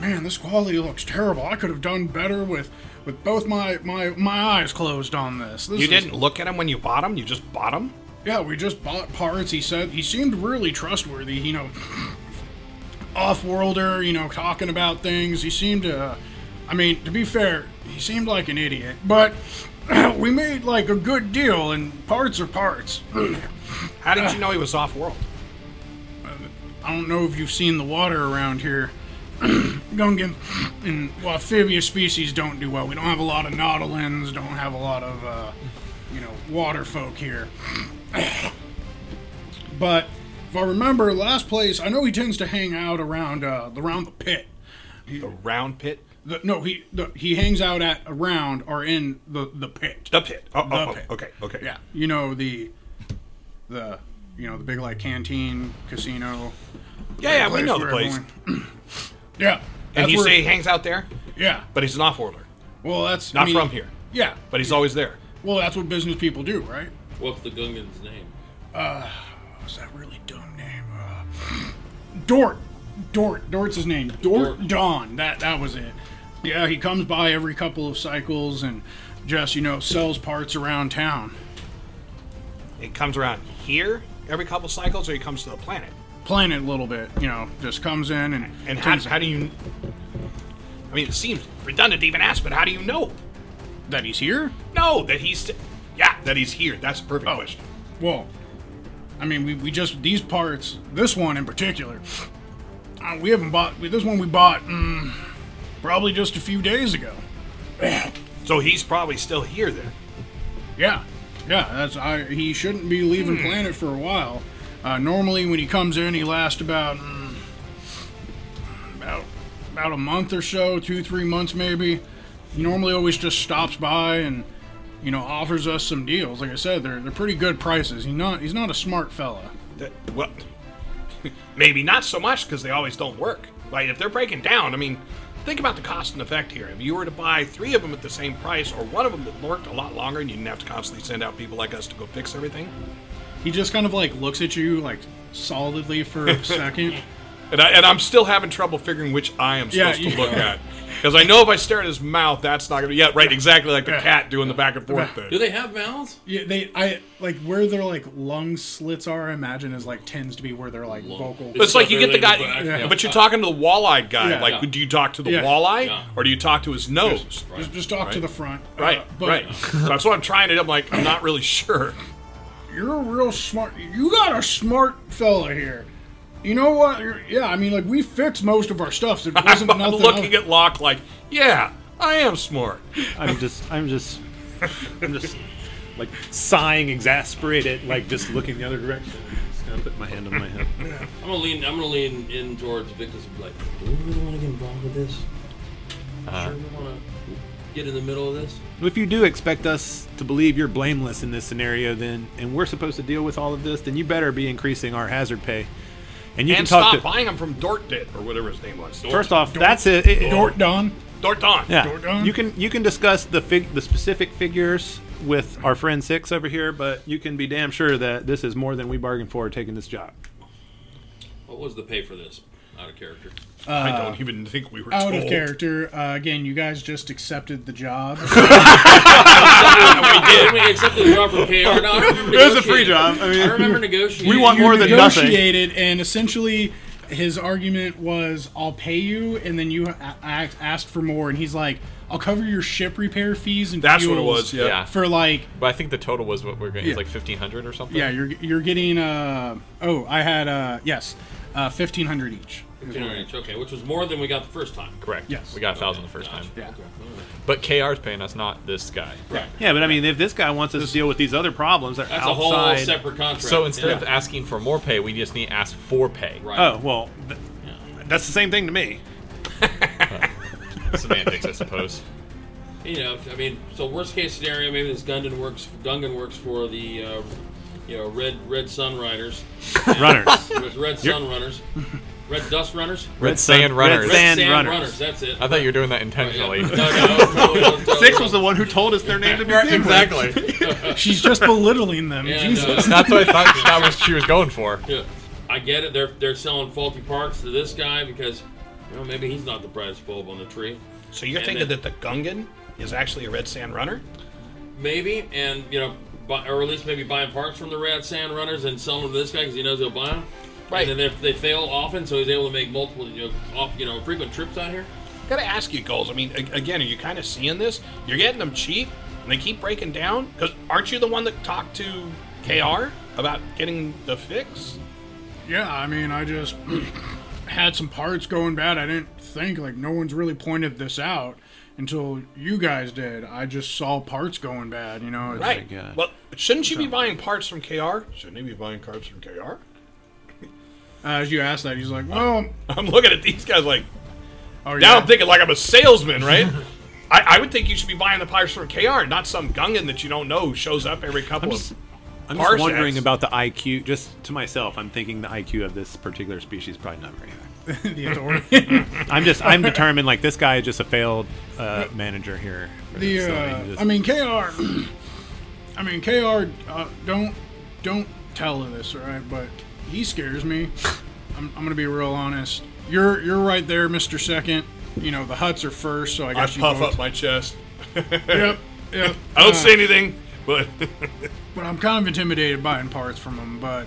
Speaker 2: Man, this quality looks terrible. I could have done better with with both my my my eyes closed on this. This
Speaker 1: You
Speaker 2: is-
Speaker 1: didn't look at him when you bought him. You just bought him.
Speaker 2: yeah, we just bought parts. He said he seemed really trustworthy. You know, off-worlder. You know, talking about things. He seemed to. Uh, I mean, to be fair, he seemed like an idiot. But <clears throat> we made like a good deal, and parts are parts. <clears throat>
Speaker 1: How did you know he was off world?
Speaker 2: I don't know if you've seen the water around here. <clears throat> Gungan and well, amphibious species don't do well. We don't have a lot of nautilins. Don't have a lot of uh, you know water folk here. <clears throat> but if I remember, last place I know he tends to hang out around uh, around the pit.
Speaker 1: The round pit.
Speaker 2: The, no, he the, he hangs out at around or in the the pit.
Speaker 1: The pit. Oh,
Speaker 2: The
Speaker 1: oh,
Speaker 2: pit.
Speaker 1: oh, okay, okay.
Speaker 2: Yeah, you know the the you know the big like canteen casino.
Speaker 1: yeah, yeah. We
Speaker 2: place
Speaker 1: know the
Speaker 2: where
Speaker 1: place. <clears throat>
Speaker 2: everyone- yeah.
Speaker 1: And
Speaker 2: that's
Speaker 1: you
Speaker 2: where-
Speaker 1: say he hangs out there,
Speaker 2: yeah.
Speaker 1: but he's an off worlder,
Speaker 2: Well, that's I
Speaker 1: not
Speaker 2: mean,
Speaker 1: from here,
Speaker 2: Yeah.
Speaker 1: but he's always there.
Speaker 2: Well, that's what business people do, right?
Speaker 6: What's the Gungan's name?
Speaker 2: What's that really dumb name? Uh, Dort. Dort. Dort's his name. Dort,
Speaker 6: Dort.
Speaker 2: Dawn. That that was it. Yeah, he comes by every couple of cycles and just you know sells parts around town.
Speaker 1: It comes around here every couple cycles, or he comes to the planet.
Speaker 2: Playing it a little bit, you know, just comes in and
Speaker 1: And how, how do you? I mean, it seems redundant to even ask, but how do you know?
Speaker 2: that he's here.
Speaker 1: No, that he's. Yeah, that he's here. That's a perfect
Speaker 2: Oh.
Speaker 1: question.
Speaker 2: Well, I mean, we, we just these parts, this one in particular, uh, we haven't bought. we- This one we bought mm, probably just a few days ago. <clears throat>
Speaker 1: So he's probably still here then.
Speaker 2: Yeah, yeah. That's I. He shouldn't be leaving planet for a while. Uh, normally, when he comes in, he lasts about mm, about about a month or so, two three months maybe. He normally always just stops by and you know offers us some deals. Like I said, they're they're pretty good prices. He's not he's not a smart fella.
Speaker 1: That, well, <laughs> maybe not so much because they always don't work. Like if they're breaking down, I mean, think about the cost and effect here. If you were to buy three of them at the same price, or one of them that worked a lot longer, and you didn't have to constantly send out people like us to go fix everything.
Speaker 2: He just kind of like looks at you like solidly for
Speaker 1: <laughs>
Speaker 2: a second.
Speaker 1: And, I, and I'm still having trouble figuring which eye I'm
Speaker 2: Yeah,
Speaker 1: supposed to
Speaker 2: you-
Speaker 1: look at. Because I know if I stare at his mouth, that's not going to. Yeah, right, exactly like the
Speaker 2: Yeah.
Speaker 1: cat doing the back and forth
Speaker 6: Do
Speaker 1: thing.
Speaker 6: they have mouths?
Speaker 2: Yeah, they I like where their like lung slits are. I imagine is like tends to be where their like vocal.
Speaker 1: It's like you get the guy,
Speaker 6: Related back.
Speaker 1: but you're talking to the wall-eyed guy.
Speaker 2: Yeah.
Speaker 1: like,
Speaker 6: Yeah.
Speaker 1: do you talk to the
Speaker 2: Yeah.
Speaker 1: walleye,
Speaker 6: Yeah.
Speaker 1: or do you talk to his nose?
Speaker 2: Just, just talk to
Speaker 1: Right.
Speaker 2: the front. Uh,
Speaker 1: Right,
Speaker 2: but
Speaker 3: <laughs>
Speaker 1: right. so that's what I'm trying to. I'm like, I'm not really sure.
Speaker 2: You're a real smart. You got a smart fella here. You know what? You're, yeah, I mean, like we fixed most of our stuff. So there
Speaker 1: <laughs>
Speaker 2: wasn't
Speaker 1: I'm
Speaker 2: nothing.
Speaker 1: looking
Speaker 2: else-
Speaker 1: at Locke like, yeah, I am smart.
Speaker 3: I'm just. I'm just. I'm just like sighing, exasperated, like just looking the other direction. Just gonna put my hand on my hip.
Speaker 6: I'm gonna lean. I'm gonna lean in towards Victus and be like, "Do we really want to get involved with this?
Speaker 3: Uh-huh.
Speaker 6: sure, we want to get in the middle of this."
Speaker 3: If you do expect us to believe you're blameless in this scenario, then and we're supposed to deal with all of this, then you better be increasing our hazard pay. And you
Speaker 1: and
Speaker 3: can talk
Speaker 1: stop
Speaker 3: to.
Speaker 1: buying them from Dort Dit or whatever his name was. Dort,
Speaker 3: First off, that's it. it- it-
Speaker 2: Dort Don.
Speaker 1: Dorton.
Speaker 3: Yeah.
Speaker 2: Jordan?
Speaker 3: You can you can discuss the fig the specific figures with our friend Six over here, but you can be damn sure that this is more than we bargained for taking this job.
Speaker 6: What was the pay for this? Out of character.
Speaker 3: <laughs>
Speaker 1: I don't even think we were
Speaker 2: Uh, Out
Speaker 1: told.
Speaker 2: of character. Uh, again, you guys just accepted the job.
Speaker 6: we did. We accepted the job from KR. No, I remember
Speaker 3: It was a free
Speaker 6: negotiating.
Speaker 3: job. I mean-
Speaker 6: I remember negotiating.
Speaker 3: We want
Speaker 2: you
Speaker 3: more than nothing.
Speaker 2: negotiated, and essentially his argument was, "I'll pay you," and then you a- a- asked for more, and he's like, I'll cover your ship repair fees and
Speaker 1: That's what it
Speaker 2: fuels
Speaker 1: was. Yeah.
Speaker 5: Yeah.
Speaker 2: for like
Speaker 5: But I think the total was what we're going.
Speaker 2: Yeah.
Speaker 5: It's like fifteen hundred or something.
Speaker 2: yeah, you're you're getting uh oh I had uh yes, uh fifteen hundred each. is what I-
Speaker 6: Fifteen-inch, Okay, which was more than we got the first time.
Speaker 5: Correct.
Speaker 2: Yes.
Speaker 5: We got a thousand the first time.
Speaker 2: Yeah.
Speaker 5: But KR's paying us, not this guy.
Speaker 2: Right.
Speaker 3: Yeah, but I mean, if this guy wants us to deal with these other problems, that are
Speaker 6: That's a whole
Speaker 3: outside.
Speaker 6: separate contract.
Speaker 5: So instead
Speaker 6: yeah.
Speaker 5: of asking for more pay, we just need to ask for pay.
Speaker 6: right.
Speaker 3: Oh well, th- that's the same thing to me.
Speaker 5: Semantics, I suppose.
Speaker 6: you know, I mean, so worst case scenario, maybe this Gungan works. Gungan works for the, uh, you know, Red Red Sun Riders,
Speaker 3: Runners,
Speaker 6: with Red Sun Runners, Red Dust Runners,
Speaker 5: Red, Sand
Speaker 3: Sun-
Speaker 5: Runners.
Speaker 3: Red Sand Oh, Runners.
Speaker 6: That's it.
Speaker 5: I thought you were doing that
Speaker 6: Right, yeah.
Speaker 5: intentionally.
Speaker 6: No,
Speaker 5: <laughs>
Speaker 6: no, no, no, no,
Speaker 3: Six
Speaker 6: no.
Speaker 3: was the one who told us their name to begin with.
Speaker 5: exactly.
Speaker 2: She's just belittling them.
Speaker 6: <laughs> Yeah,
Speaker 2: Jesus.
Speaker 6: no,
Speaker 5: That's what I thought <laughs> that was she was going for.
Speaker 6: Yeah, I get it. They're they're selling faulty parts to this guy because, you know, maybe he's not the brightest bulb on the tree.
Speaker 4: So you're
Speaker 6: And
Speaker 4: thinking
Speaker 6: then-
Speaker 4: that the Gungan is actually a Red Sand Runner?
Speaker 6: Maybe, and you know, buy, or at least maybe buying parts from the Red Sand Runners and selling them to this guy because he knows he'll buy them.
Speaker 4: Right.
Speaker 6: And then they, they fail often, so he's able to make multiple, you know, off, you know, frequent trips out here.
Speaker 4: Gotta ask you, goals. I mean, a- again, are you kind of seeing this? You're getting them cheap, and they keep breaking down. Because aren't you the one that talked to KR about getting the fix?
Speaker 2: <laughs> Yeah, I mean, I just <clears throat> had some parts going bad. I didn't think like no one's really pointed this out until you guys did. I just saw parts going bad, you know. It's
Speaker 4: Right.
Speaker 2: Like,
Speaker 3: God.
Speaker 4: Well, shouldn't you be buying parts from KR?
Speaker 1: Shouldn't he be buying cards from KR?
Speaker 2: as you asked that, he's like,
Speaker 4: <laughs>
Speaker 2: "Well,
Speaker 1: Oh.
Speaker 4: I'm looking at these guys like
Speaker 2: oh,
Speaker 4: now.
Speaker 2: yeah.
Speaker 4: I'm thinking like I'm a salesman,
Speaker 3: <laughs>
Speaker 4: right? I, I would think you should be buying the parts from KR, not some Gungan that you don't know who shows up every couple
Speaker 3: just-
Speaker 4: of.
Speaker 3: I'm
Speaker 4: Parsecs.
Speaker 3: just wondering about the IQ. Just to myself, I'm thinking the IQ of this particular species is probably not very high.
Speaker 2: <laughs>
Speaker 1: <laughs>
Speaker 2: the authority."
Speaker 3: I'm just, I'm determined. Like this guy is just a failed uh, manager here. for
Speaker 2: the
Speaker 3: this, so
Speaker 2: uh,
Speaker 3: he just-
Speaker 2: I mean, Kr. <clears throat> I mean, Kr. Uh, don't don't tell her this, all right? But he scares me. <laughs> I'm, I'm gonna be real honest. You're you're right there, Mister Second. You know the huts are first, so I
Speaker 1: I
Speaker 2: guess you
Speaker 1: puff
Speaker 2: both-
Speaker 1: up my chest. <laughs>
Speaker 2: Yep, Uh, yep.
Speaker 1: I don't
Speaker 3: uh,
Speaker 1: say anything, but
Speaker 2: but I'm kind of intimidated buying parts from them. But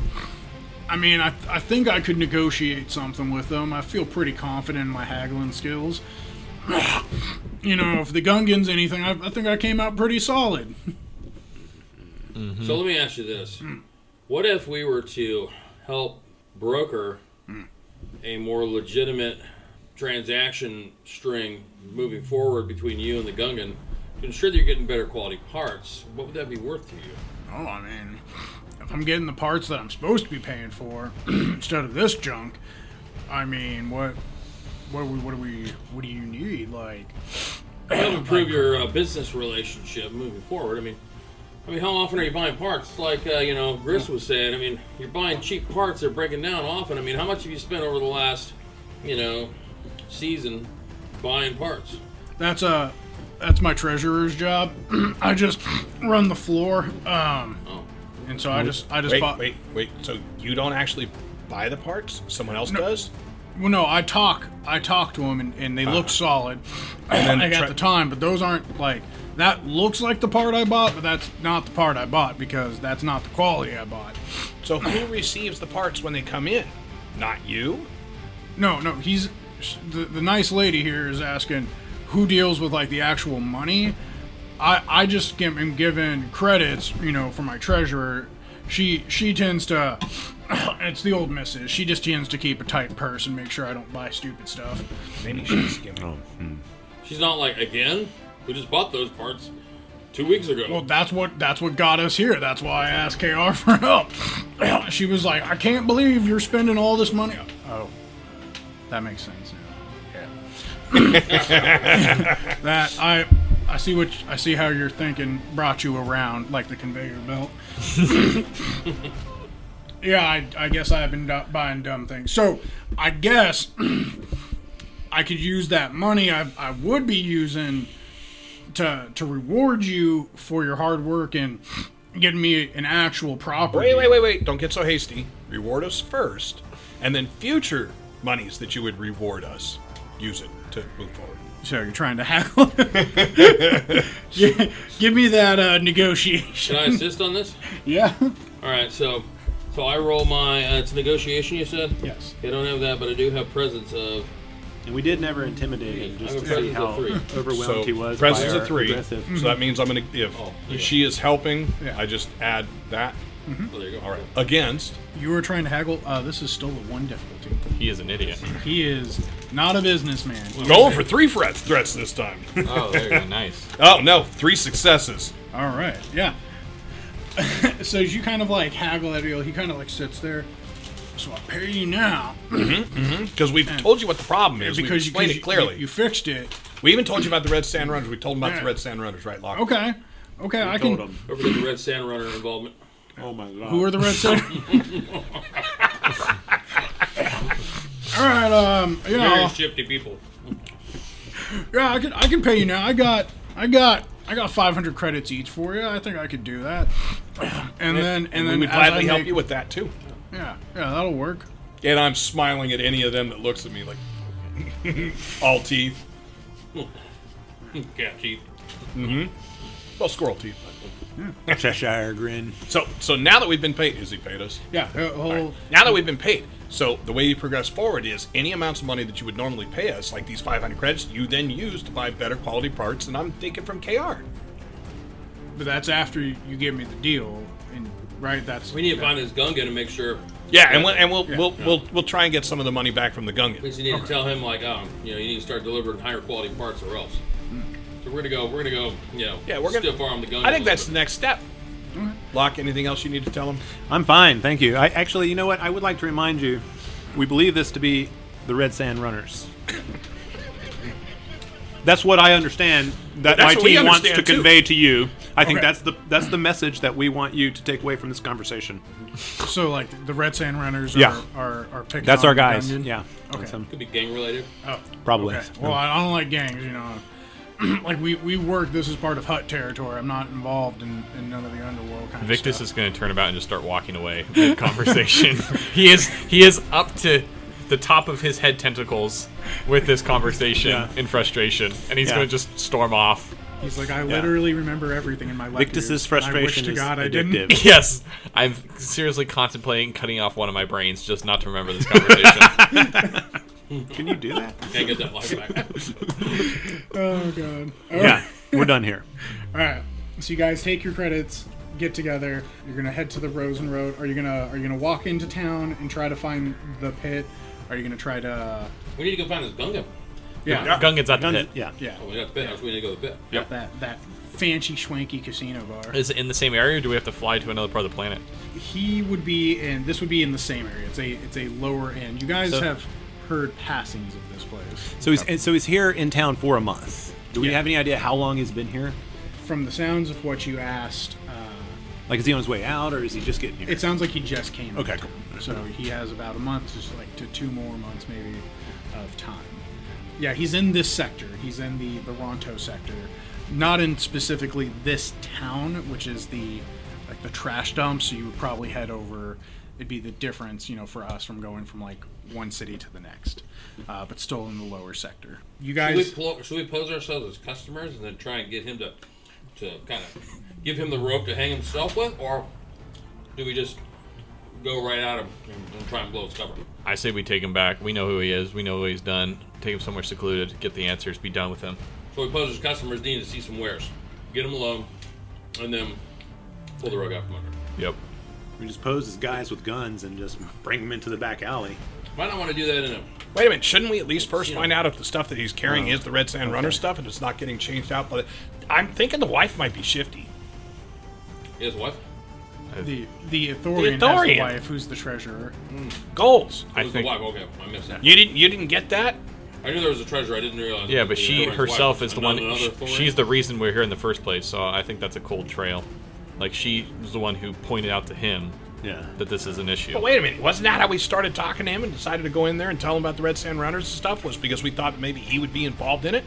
Speaker 2: I mean, I, I think I could negotiate something with them. I feel pretty confident in my haggling skills. <sighs> you know, if the Gungan's anything, I, I think I came out pretty solid. <laughs>
Speaker 6: So let me ask you this: What if we were to help broker a more legitimate transaction string moving forward between you and the Gungan to ensure that you're getting better quality parts? What would that be worth to you?
Speaker 2: Oh, I mean, if I'm getting the parts that I'm supposed to be paying for <clears throat> instead of this junk, I mean, what, what, are we, what do we, what do you need? Like,
Speaker 6: That'll improve your uh, business relationship moving forward. I mean. I mean, how often are you buying parts? It's Like uh, you know, Gris was saying. I mean, you're buying cheap parts; they're breaking down often. I mean, how much have you spent over the last, you know, season buying parts?
Speaker 2: That's a that's my treasurer's job. <clears throat> I just run the floor. Um
Speaker 6: Oh.
Speaker 2: and so I just I just
Speaker 4: wait,
Speaker 2: bought
Speaker 4: wait, wait. So you don't actually buy the parts? Someone else does?
Speaker 2: well no, I talk I talk to them and, and they look solid.
Speaker 4: Uh-huh. then
Speaker 2: <clears throat> I got
Speaker 4: tra-
Speaker 2: the time, but those aren't like that looks like the part I bought, but that's not the part I bought because that's not the quality I bought.
Speaker 4: So <clears throat> who receives the parts when they come in? Not you.
Speaker 2: No, no, he's the, the nice lady here is asking who deals with like the actual money. I I just give- am given credits, you know, for my treasurer. She she tends to <coughs> it's the old missus. She just tends to keep a tight purse and make sure I don't buy stupid stuff.
Speaker 4: Maybe she's giving.
Speaker 6: She's not like again. We just bought those parts two weeks ago.
Speaker 2: Well, that's what that's what got us here. That's why I asked KR <laughs> for help. <clears throat> she was like, "I can't believe you're spending all this money." Oh, that makes sense. now. Yeah. <laughs> that I I see what I see how you're thinking brought you around like the conveyor belt. yeah, I, I guess I've been du- buying dumb things. So I guess <clears throat> I could use that money I, I would be using to to reward you for your hard work and getting me an actual property.
Speaker 4: Wait, wait, wait, wait. Don't get so hasty. Reward us first, and then future monies that you would reward us, use it to move forward.
Speaker 2: So you're trying to haggle? <laughs> Yeah, give me that uh,
Speaker 4: <laughs>
Speaker 6: Can
Speaker 2: negotiation.
Speaker 6: I assist
Speaker 1: <laughs>
Speaker 6: on this?
Speaker 2: Yeah.
Speaker 6: All right, so so I roll my. Uh, it's negotiation, you said.
Speaker 2: Yes.
Speaker 6: I don't have that, but I do have presence of
Speaker 3: And we did never intimidate him just
Speaker 6: I'm
Speaker 3: to see
Speaker 6: impressed
Speaker 3: how
Speaker 6: with the three.
Speaker 3: overwhelmed
Speaker 1: So
Speaker 3: he was.
Speaker 1: presence
Speaker 3: by
Speaker 1: of
Speaker 3: our
Speaker 1: three. Mm-hmm.
Speaker 3: aggressive-
Speaker 1: So that means I'm gonna if
Speaker 6: Oh, yeah.
Speaker 1: she is helping,
Speaker 2: Yeah.
Speaker 1: I just add that
Speaker 6: Oh, there you go.
Speaker 1: all right against.
Speaker 2: You were trying to haggle. Uh, this is still the one difficulty.
Speaker 5: He is an idiot.
Speaker 2: He is not a businessman.
Speaker 1: Going for three threats, threats this time. <laughs>
Speaker 5: Oh, there you go. Nice.
Speaker 1: oh no, three successes.
Speaker 2: All right, yeah. <laughs> so as you kind of like haggle at Eel, he kind of like sits there. So I pay you now
Speaker 1: Because we've told you what the problem is. Because
Speaker 2: because
Speaker 1: we've explained
Speaker 2: you because you-
Speaker 1: it clearly.
Speaker 2: You, you fixed it.
Speaker 1: we even told you about the Red Sand Runners. We told them about
Speaker 2: Yeah.
Speaker 1: the Red Sand Runners, right, Locke?
Speaker 2: Okay, okay, I can.
Speaker 3: Told him.
Speaker 6: Over to the Red Sand Runner involvement.
Speaker 3: Oh my god.
Speaker 2: Who are
Speaker 1: <laughs>
Speaker 2: the Red Sun? All right, um, you
Speaker 6: Very
Speaker 2: know,
Speaker 6: shifty people.
Speaker 2: yeah, I can I can pay you now. I got I got I got 500 credits each for you. I think I could do that. And then and, then
Speaker 1: we would
Speaker 2: as I
Speaker 1: gladly help
Speaker 2: make-
Speaker 1: you with that too.
Speaker 2: Yeah, yeah, that'll work.
Speaker 1: And I'm smiling at any of them that looks at me like <laughs> all teeth.
Speaker 6: Cat teeth.
Speaker 1: Mm-hmm. Well, squirrel teeth.
Speaker 3: Cheshire grin.
Speaker 1: So, so now that we've been paid, is he paid us?
Speaker 2: Yeah, uh, whole,
Speaker 1: Now that we've been paid, so the way you progress forward is any amounts of money that you would normally pay us, like these 500 credits, you then use to buy better quality parts. And I'm thinking from KR.
Speaker 2: but that's after you you give me the deal, and right, that's
Speaker 6: We need to find this Gungan and make sure.
Speaker 1: Yeah, and we'll and we'll
Speaker 2: Yeah.
Speaker 1: we'll, we'll we'll try and get some of the money back from the Gungan.
Speaker 6: Because you need to tell him like, um, you know, you need to start delivering higher quality parts or else. So we're gonna go. We're gonna go. You know.
Speaker 1: Yeah, we're gonna-
Speaker 6: stiff arm the Gungan.
Speaker 1: I think that's the
Speaker 6: the
Speaker 1: next step. Locke, anything else you need to tell him?
Speaker 3: I'm fine, thank you. I actually, you know what? I would like to remind you, we believe this to be the Red Sand Runners. that's what I understand that
Speaker 1: That's
Speaker 3: my
Speaker 1: what we
Speaker 3: team wants to
Speaker 1: understand, too.
Speaker 3: convey to you. I think
Speaker 2: Okay.
Speaker 3: that's the that's the message that we want you to take away from this conversation.
Speaker 2: so like the Red Sand Runners.
Speaker 3: Yeah.
Speaker 2: are, are, are picking.
Speaker 3: That's
Speaker 2: on
Speaker 3: our
Speaker 2: the
Speaker 3: guys.
Speaker 2: Gungan.
Speaker 3: Yeah.
Speaker 2: Okay.
Speaker 3: That's um, them.
Speaker 6: could be gang related.
Speaker 2: Oh,
Speaker 3: Probably.
Speaker 2: okay. Well, I I don't like gangs, you know. <clears throat> like we we work. This is part of Hut territory. I'm not involved in, in none of the underworld kind
Speaker 5: Victus
Speaker 2: of
Speaker 5: is going to turn about and just start walking away. Mid conversation. <laughs> he is he is up to the top of his head tentacles with this conversation
Speaker 3: Yeah.
Speaker 5: in frustration, and he's
Speaker 3: Yeah.
Speaker 5: going to just storm off.
Speaker 2: stuff. He's like, I literally remember everything in my life. dude,
Speaker 3: Victus's
Speaker 2: and I wish
Speaker 3: frustration
Speaker 2: to
Speaker 3: is
Speaker 2: God I didn't.
Speaker 3: addictive.
Speaker 5: <laughs> Yes, I'm seriously contemplating cutting off one of my brains just not to remember
Speaker 3: <laughs>
Speaker 5: this conversation.
Speaker 3: Can you do that?
Speaker 6: Can't get that life
Speaker 1: <laughs>
Speaker 2: <laughs>
Speaker 6: back.
Speaker 2: Oh god. All right.
Speaker 3: yeah. We're done here.
Speaker 2: All right. So you guys take your credits, get together. You're gonna head to the Rosen Road. Are you gonna Are you gonna walk into town and try to find the pit? Are you gonna try to?
Speaker 6: we need to go find this Gungan.
Speaker 2: Yeah.
Speaker 5: Gungan's at the
Speaker 3: Done.
Speaker 5: pit.
Speaker 3: Yeah.
Speaker 2: Yeah.
Speaker 6: Oh, we got the pit. That's where we need to go to the pit.
Speaker 2: That that fancy schwanky casino bar.
Speaker 5: Is it in the same area, or do we have to fly to another part of the planet?
Speaker 2: He would be in. This would be in the same area. It's a It's a lower end. You guys
Speaker 5: So-
Speaker 2: have heard passings of this place.
Speaker 3: So he's and so he's here in town for a month. Do we have any idea how long he's been here?
Speaker 2: From the sounds of what you asked, uh,
Speaker 3: Like, is he on his way out, or is he just getting here?
Speaker 2: it sounds like he just came.
Speaker 3: Okay,
Speaker 2: in.
Speaker 3: cool.
Speaker 2: So he has about a month, just like to two more months maybe, of time. Yeah, he's in this sector. He's in the the Ronto sector, not in specifically this town, which is the like the trash dump. So you would probably head over. It'd be the difference, you know, for us from going from like one city to the next, uh, but still in the lower sector. You
Speaker 6: Should we,
Speaker 2: guys,
Speaker 6: pl- should we pose ourselves as customers and then try and get him to, to kind of give him the rope to hang himself with, or do we just go right at him and, and try and blow his cover?
Speaker 5: I say we take him back. We know who he is. We know what he's done. Take him somewhere secluded. Get the answers. Be done with him.
Speaker 6: So we pose as customers needing to see some wares, get him alone, and then pull the rug out from under. him.
Speaker 5: Yep.
Speaker 3: We just pose as guys with guns and just bring them into the back alley.
Speaker 6: Might not want to do that in a
Speaker 1: Wait a minute, shouldn't we at least first find out if the stuff that he's carrying is the Red Sand Runner stuff and it's not getting changed out? But I'm thinking the wife might be shifty.
Speaker 6: his wife.
Speaker 2: the the Ithorian, has a
Speaker 1: Ithorian.
Speaker 2: wife who's the treasurer.
Speaker 1: Goals.
Speaker 5: I
Speaker 6: It was the
Speaker 5: think.
Speaker 6: wife. Okay, I missed that.
Speaker 1: You didn't you didn't get that?
Speaker 6: I knew there was a treasure. I didn't realize.
Speaker 5: Yeah, but
Speaker 6: the
Speaker 5: she
Speaker 6: treasurer's
Speaker 5: herself
Speaker 6: wife
Speaker 5: is the
Speaker 6: was
Speaker 5: one.
Speaker 6: another
Speaker 5: sh-
Speaker 6: authority.
Speaker 5: She's the reason we're here in the first place. So I think that's a cold trail. Like she was the one who pointed out to him
Speaker 3: Yeah.
Speaker 5: that this is an issue.
Speaker 1: But wait a minute, wasn't that how we started talking to him and decided to go in there and tell him about the Red Sand Runners and stuff? Was because we thought maybe he would be involved in it?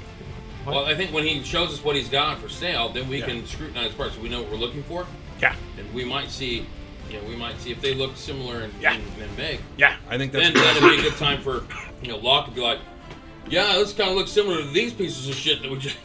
Speaker 6: Well, I think when he shows us what he's got for sale, then we can scrutinize parts. So we know what we're looking for.
Speaker 1: Yeah,
Speaker 6: and we might see, yeah, we might see if they look similar and
Speaker 1: Yeah.
Speaker 6: and, and vague.
Speaker 1: yeah. I think that's
Speaker 6: Then that'd be a good time for you know Locke to be like, yeah, this kind of looks similar to these pieces of shit that we just.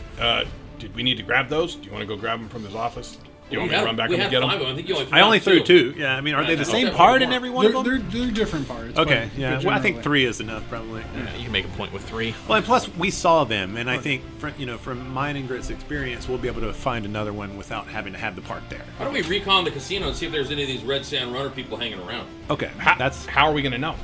Speaker 6: <laughs>
Speaker 1: Uh, did we need to grab those? Do you want to go grab them from his office? You want me
Speaker 6: we
Speaker 1: to
Speaker 6: had,
Speaker 1: run back
Speaker 6: we
Speaker 1: up and
Speaker 6: had
Speaker 1: get 'em?
Speaker 6: five of them. I think you only
Speaker 3: I only threw
Speaker 6: found
Speaker 3: two. Yeah, I mean, are
Speaker 6: Yeah,
Speaker 3: they the
Speaker 6: no,
Speaker 3: same
Speaker 6: definitely
Speaker 3: part in
Speaker 6: more.
Speaker 3: every one
Speaker 2: They're,
Speaker 3: of
Speaker 2: they're,
Speaker 3: them?
Speaker 2: they're different parts. but-
Speaker 3: Okay,
Speaker 2: but
Speaker 3: yeah. Well, I think
Speaker 2: generally.
Speaker 3: three is enough, probably. Yeah.
Speaker 5: You can make a point with three.
Speaker 3: Well, and plus we saw them, and I think fr you know from mine and Grit's experience, we'll be able to find another one without having to have the park there.
Speaker 6: Why don't we recon the casino and see if there's any of these Red Sand Runner people hanging around?
Speaker 3: Okay, that's
Speaker 1: How are we going to know?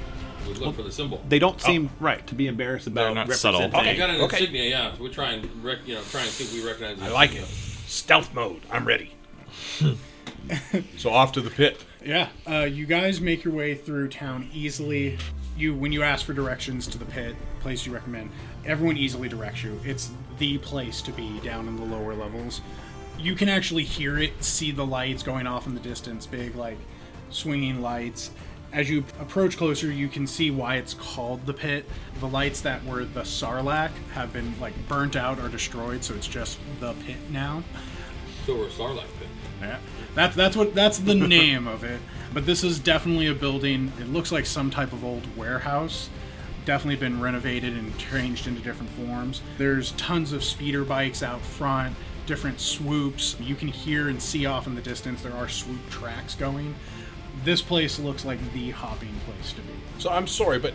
Speaker 6: We look for the symbol.
Speaker 3: they don't seem right to be embarrassed about
Speaker 5: not subtle.
Speaker 3: representing-
Speaker 6: We got an
Speaker 1: Okay.
Speaker 6: insignia, yeah. So we try and rec- you know try and see if we recognize.
Speaker 1: I like it. Stealth mode. I'm
Speaker 6: <laughs>
Speaker 1: ready. so off to the pit.
Speaker 2: Yeah, uh, you guys make your way through town easily. You, when you ask for directions to the pit, place you recommend, everyone easily directs you. It's the place to be down in the lower levels. You can actually hear it, see the lights going off in the distance, big like swinging lights. As you approach closer, you can see why it's called the pit. The lights that were the Sarlacc have been like burnt out or destroyed, so it's just the pit now.
Speaker 6: So we're Sarlacc pit.
Speaker 2: Yeah. That, that's what that's the name of it. But this is definitely a building. It looks like some type of old warehouse. Definitely been renovated and changed into different forms. There's tons of speeder bikes out front, different swoops. You can hear and see off in the distance there are swoop tracks going. This place looks like the hopping place to be.
Speaker 1: So I'm sorry, but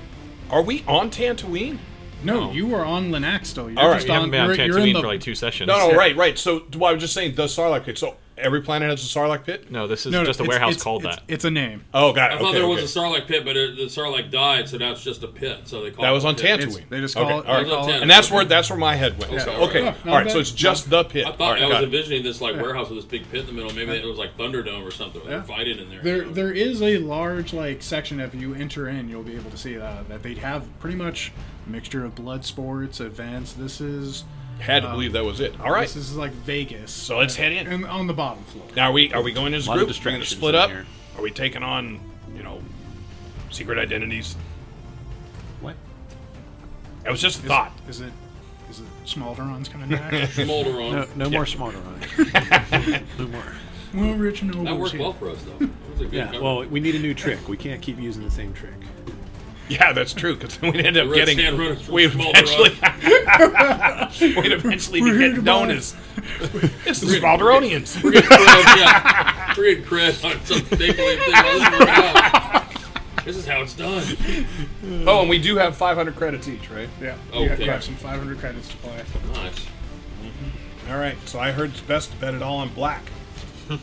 Speaker 1: are we on Tatooine?
Speaker 2: No, you are on Linux still. You're
Speaker 1: All right,
Speaker 2: just
Speaker 5: You
Speaker 2: on,
Speaker 5: haven't been on
Speaker 2: you're- you're in
Speaker 5: Tatooine
Speaker 2: the-
Speaker 5: for like two sessions.
Speaker 1: No, no, right, right. So well, I was just saying the Sarlacc pit. So every planet has a Sarlacc pit.
Speaker 5: No, this is
Speaker 2: no, no,
Speaker 5: just a
Speaker 2: it's-
Speaker 5: warehouse
Speaker 2: it's-
Speaker 5: called
Speaker 2: it's-
Speaker 5: that.
Speaker 2: It's a name.
Speaker 1: Oh God,
Speaker 6: I
Speaker 1: okay,
Speaker 6: thought there was
Speaker 1: okay.
Speaker 6: a Sarlacc pit, but it, the Sarlacc died, so now it's just a pit. So they call
Speaker 1: that
Speaker 6: it
Speaker 1: was on
Speaker 6: a pit.
Speaker 2: It's-
Speaker 1: Tatooine.
Speaker 2: they just
Speaker 1: Okay,
Speaker 2: call it.
Speaker 1: all right.
Speaker 2: they call it-
Speaker 1: And that's where that's where my head went. So,
Speaker 6: Yeah,
Speaker 1: okay,
Speaker 6: yeah,
Speaker 1: all right.
Speaker 2: not
Speaker 1: So it's
Speaker 2: bad.
Speaker 1: just the pit.
Speaker 6: I
Speaker 1: All
Speaker 6: thought
Speaker 1: right, got
Speaker 6: I was
Speaker 1: it.
Speaker 6: envisioning this like warehouse with this big pit in the middle. Maybe it was like Thunderdome or something. They're
Speaker 2: Yeah.
Speaker 6: fighting in there.
Speaker 2: There, there is a large like section. If you enter in, you'll be able to see uh, that that they'd have pretty much a mixture of blood sports events. This is
Speaker 1: Had to believe that was it. All right.
Speaker 2: this is like Vegas.
Speaker 1: So let's head in.
Speaker 2: and on the bottom floor.
Speaker 1: Now are we are we going as a
Speaker 3: Lot of
Speaker 1: group? We're going to
Speaker 3: distractions
Speaker 1: split
Speaker 3: in
Speaker 1: up.
Speaker 3: here.
Speaker 1: Are we taking on you know secret identities?
Speaker 3: What?
Speaker 1: It was just a thought. <laughs>
Speaker 2: Is it is it Smolderon's coming back?
Speaker 6: <laughs> Smolder on.
Speaker 3: No, no more smarter on it. <laughs> no more.
Speaker 2: well, rich and noble.
Speaker 6: That worked well for us though. It was a good
Speaker 3: Yeah.
Speaker 6: cover.
Speaker 3: Well, we need a new trick. We can't keep using the same trick.
Speaker 1: Yeah, that's true. <laughs> Because we'd end up
Speaker 6: Red
Speaker 1: getting
Speaker 6: Sand Runners from
Speaker 1: we
Speaker 6: Small
Speaker 1: eventually we'd eventually
Speaker 2: We're
Speaker 1: be
Speaker 2: here
Speaker 1: getting
Speaker 2: to
Speaker 1: known
Speaker 2: buy-
Speaker 1: as <laughs> it's the Smalderonians.
Speaker 6: We're getting cred, yeah. We're getting cred on some make-believe thing. This is where it goes. This is how it's done.
Speaker 1: Oh, and we do have 500 credits each, right?
Speaker 2: Yeah.
Speaker 6: Oh,
Speaker 2: You got-
Speaker 6: okay.
Speaker 2: you have some 500 credits to play.
Speaker 6: Nice.
Speaker 1: All right. So I heard it's best to bet it all on <laughs> black. all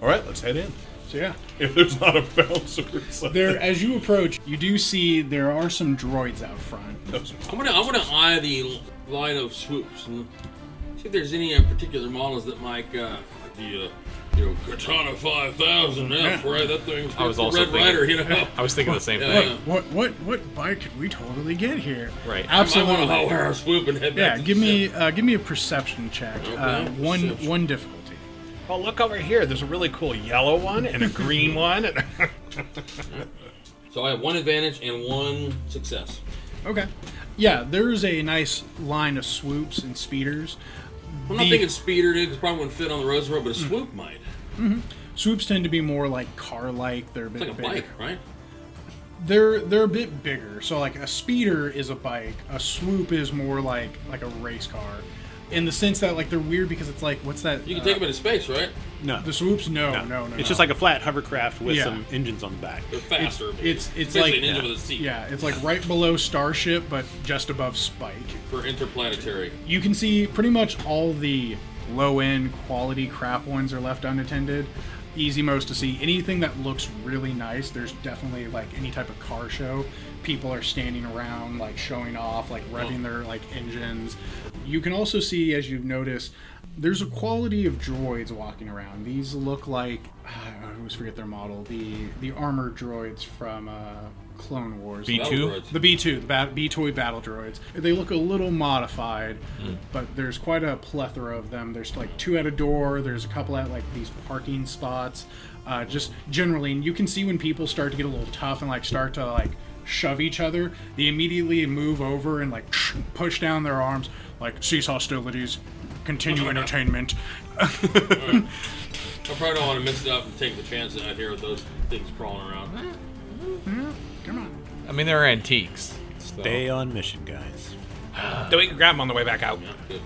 Speaker 1: right, let's head in.
Speaker 2: So yeah.
Speaker 1: If there's not a bouncer, it's like
Speaker 2: There, as you approach, you do see there are some droids out front.
Speaker 1: those-
Speaker 6: I'm gonna I'm gonna eye the l- line of swoops and see if there's any uh, particular models that might uh, like the uh, you know Katana 5000 F right that thing's
Speaker 5: I was
Speaker 6: good
Speaker 5: also
Speaker 6: for Red
Speaker 5: thinking-
Speaker 6: Rider you know.
Speaker 5: I was thinking the same
Speaker 6: Yeah,
Speaker 5: thing.
Speaker 6: yeah.
Speaker 2: What what what bike could we totally get here?
Speaker 5: Right.
Speaker 2: Absolutely.
Speaker 6: I want to wear a swoop and head back.
Speaker 2: Yeah,
Speaker 6: to the
Speaker 2: give me
Speaker 6: ship.
Speaker 2: uh, give me a perception check. Uh,
Speaker 6: Okay,
Speaker 2: one
Speaker 6: perception.
Speaker 2: one difficulty.
Speaker 1: Oh, look over here. There's a really cool yellow one and a <laughs> green one. And
Speaker 6: So I have one advantage and one success.
Speaker 2: Okay. Yeah, there's a nice line of swoops and speeders.
Speaker 6: I'm not
Speaker 2: The- Mm.
Speaker 6: thinking speeder dude 'cause probably wouldn't fit on the roads road, but a swoop might.
Speaker 2: Swoops tend to be more like car-like. They're a bit
Speaker 6: It's like a
Speaker 2: bigger.
Speaker 6: bike, right?
Speaker 2: They're they're a bit bigger. So like a speeder is a bike. A swoop is more like like a race car, in the sense that like they're weird because it's like what's that?
Speaker 6: You can
Speaker 2: uh,
Speaker 6: take them into space, right?
Speaker 3: No.
Speaker 2: the swoops. No, no, no.
Speaker 3: It's
Speaker 2: no.
Speaker 3: just like a flat hovercraft with
Speaker 2: Yeah.
Speaker 3: some engines on the back.
Speaker 6: They're faster. but
Speaker 2: it's- it's
Speaker 6: basically
Speaker 2: like-
Speaker 6: an engine
Speaker 2: yeah.
Speaker 6: with a seat
Speaker 2: yeah, it's like right below Starship, but just above Spike.
Speaker 6: for interplanetary.
Speaker 2: you can see pretty much all the low end quality crap ones are left unattended. Easy most to see. Anything that looks really nice, there's definitely like any type of car show. People are standing around, like showing off, like revving their like engines. You can also see, as you've noticed, there's a quality of droids walking around. These look like <sighs> I always forget their model. The the armored droids from uh, Clone Wars.
Speaker 5: B2?
Speaker 6: Battle droids.
Speaker 2: The B2, the bat- B-Toy battle droids. They look a little modified, but there's quite a plethora of them. There's like two at a door, there's a couple at like these parking spots. Uh, just generally, and you can see when people start to get a little tough and like start to like shove each other, they immediately move over and like push down their arms, like cease hostilities, continue entertainment.
Speaker 6: I probably don't want to mix it up and take the chance that I hear those things crawling around.
Speaker 2: Come on.
Speaker 5: I mean, they're antiques.
Speaker 6: So,
Speaker 3: Oh. Stay on mission, guys.
Speaker 1: then we can grab them on the way back out.
Speaker 6: yeah, good.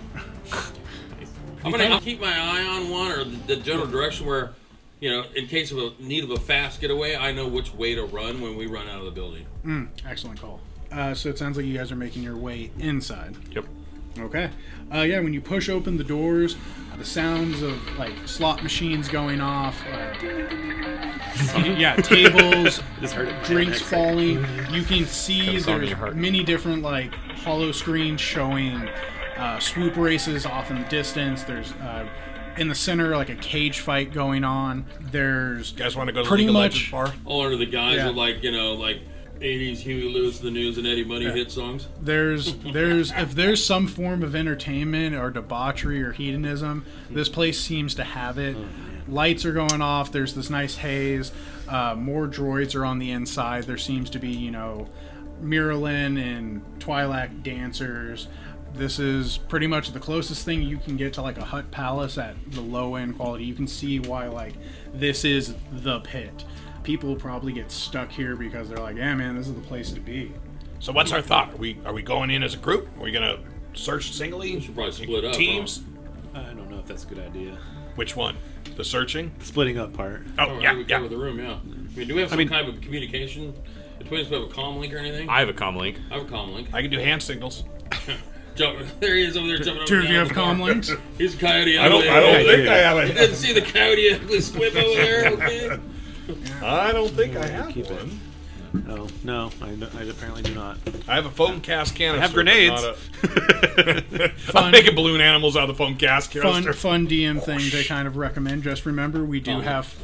Speaker 6: I'm gonna I'll keep my eye on one or the, the general direction where, you know, in case of a need of a fast getaway, I know which way to run when we run out of the building.
Speaker 2: Excellent call. Uh, so it sounds like you guys are making your way inside.
Speaker 5: Yep.
Speaker 2: Okay. Uh, yeah, when you push open the doors, the sounds of like slot machines going off. Uh, yeah, tables,
Speaker 3: <laughs> Just heard it.
Speaker 2: drinks falling. You can see
Speaker 5: Comes on
Speaker 2: there's
Speaker 5: your heart.
Speaker 2: many different like hollow screens showing uh, swoop races off in the distance. There's uh, in the center like a cage fight going on. There's
Speaker 1: You guys want to go to
Speaker 2: Pretty
Speaker 1: the League
Speaker 2: much-
Speaker 1: of Legends bar?
Speaker 6: All under the guise
Speaker 2: Yeah.
Speaker 6: of like, you know, like 80s Huey Lewis, The News, and Eddie Money hit songs.
Speaker 2: there's there's if there's some form of entertainment or debauchery or hedonism, this place seems to have it. Lights are going off. There's this nice haze. Uh, more droids are on the inside. There seems to be you know, Miralyn and Twi'lek dancers. This is pretty much the closest thing you can get to like a hut palace at the low end quality. You can see why like this is the pit. People probably get stuck here because they're like, yeah, man, this is the place to be.
Speaker 1: So what's our thought? Are we are we going in as a group? Are we gonna search singly? We
Speaker 6: should probably split up,
Speaker 1: Teams?
Speaker 3: I don't know if that's a good idea.
Speaker 1: Which one? The searching?
Speaker 3: Splitting up part.
Speaker 1: Oh
Speaker 6: Or
Speaker 1: yeah,
Speaker 6: we cover
Speaker 1: yeah.
Speaker 6: the room, yeah. I mean, do we have some
Speaker 3: mean-
Speaker 6: type of communication between us? Do we have a comm link or anything?
Speaker 5: I have a comm link.
Speaker 6: I have a comm link.
Speaker 1: I can do hand signals.
Speaker 6: Jump, <laughs> there he is over there jumping
Speaker 2: Two
Speaker 6: over
Speaker 2: of you have comm links.
Speaker 6: He's a coyote.
Speaker 1: I don't. I don't think I have
Speaker 6: You
Speaker 1: a.
Speaker 6: didn't see the coyote ugly squib over there? Okay.
Speaker 1: I don't think I have
Speaker 3: Keep it.
Speaker 1: one.
Speaker 3: No, Oh, no, I, I apparently do not.
Speaker 1: I have a foam cast canister.
Speaker 3: have
Speaker 1: but
Speaker 3: grenades.
Speaker 1: not <laughs> a- I'm making balloon animals out of the foam cast
Speaker 2: fun
Speaker 1: canister.
Speaker 2: fun DM thing to kind of recommend. Just remember, we
Speaker 6: Oh,
Speaker 2: do have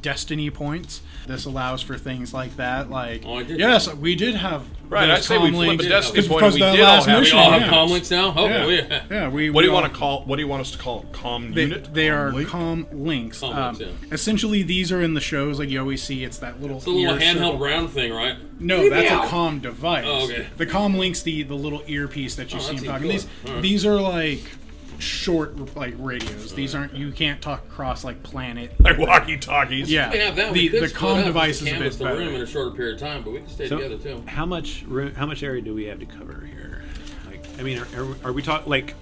Speaker 2: destiny points. This allows for things like that. Like,
Speaker 6: Oh, I did.
Speaker 2: yes, we did have
Speaker 1: Right,
Speaker 2: those
Speaker 1: I'd say we
Speaker 2: comm
Speaker 1: flipped
Speaker 2: links.
Speaker 1: the destiny
Speaker 2: It's
Speaker 1: point.
Speaker 2: because
Speaker 1: and We
Speaker 2: the
Speaker 1: did all
Speaker 2: last
Speaker 1: have.
Speaker 6: We
Speaker 2: mission-
Speaker 6: all have
Speaker 2: Yeah.
Speaker 6: comm links now? Oh,
Speaker 2: Yeah,
Speaker 6: yeah.
Speaker 2: yeah. we.
Speaker 1: What do
Speaker 2: we
Speaker 1: you
Speaker 2: all-
Speaker 1: want to call? What do you want us to call? it? Comm
Speaker 2: They,
Speaker 1: unit. <laughs>
Speaker 2: they are
Speaker 1: Link?
Speaker 2: com links.
Speaker 6: Comm
Speaker 2: Um,
Speaker 6: links, yeah.
Speaker 2: Essentially, these are in the shows. Like you always see, it's that little,
Speaker 6: It's a little
Speaker 2: ear
Speaker 6: handheld
Speaker 2: circle.
Speaker 6: round thing, right?
Speaker 2: No, that's a com device.
Speaker 6: Oh, okay. Oh,
Speaker 2: The com links the the little earpiece that you see
Speaker 6: that's
Speaker 2: him
Speaker 6: even
Speaker 2: talking.
Speaker 6: cooler.
Speaker 2: These
Speaker 6: Alright.
Speaker 2: these are like short like radios. These aren't you can't talk across like planet.
Speaker 1: like walkie talkies.
Speaker 2: Yeah,
Speaker 6: We have
Speaker 2: the
Speaker 6: that. we could
Speaker 2: the
Speaker 6: split
Speaker 2: com
Speaker 6: up,
Speaker 2: device is a
Speaker 6: canvas
Speaker 2: bit
Speaker 6: the
Speaker 2: better.
Speaker 6: room in a shorter period of time, but we can stay
Speaker 3: So-
Speaker 6: together too.
Speaker 3: How much room? How much area do we have to cover here? Like, I mean, are, are, are we talking like?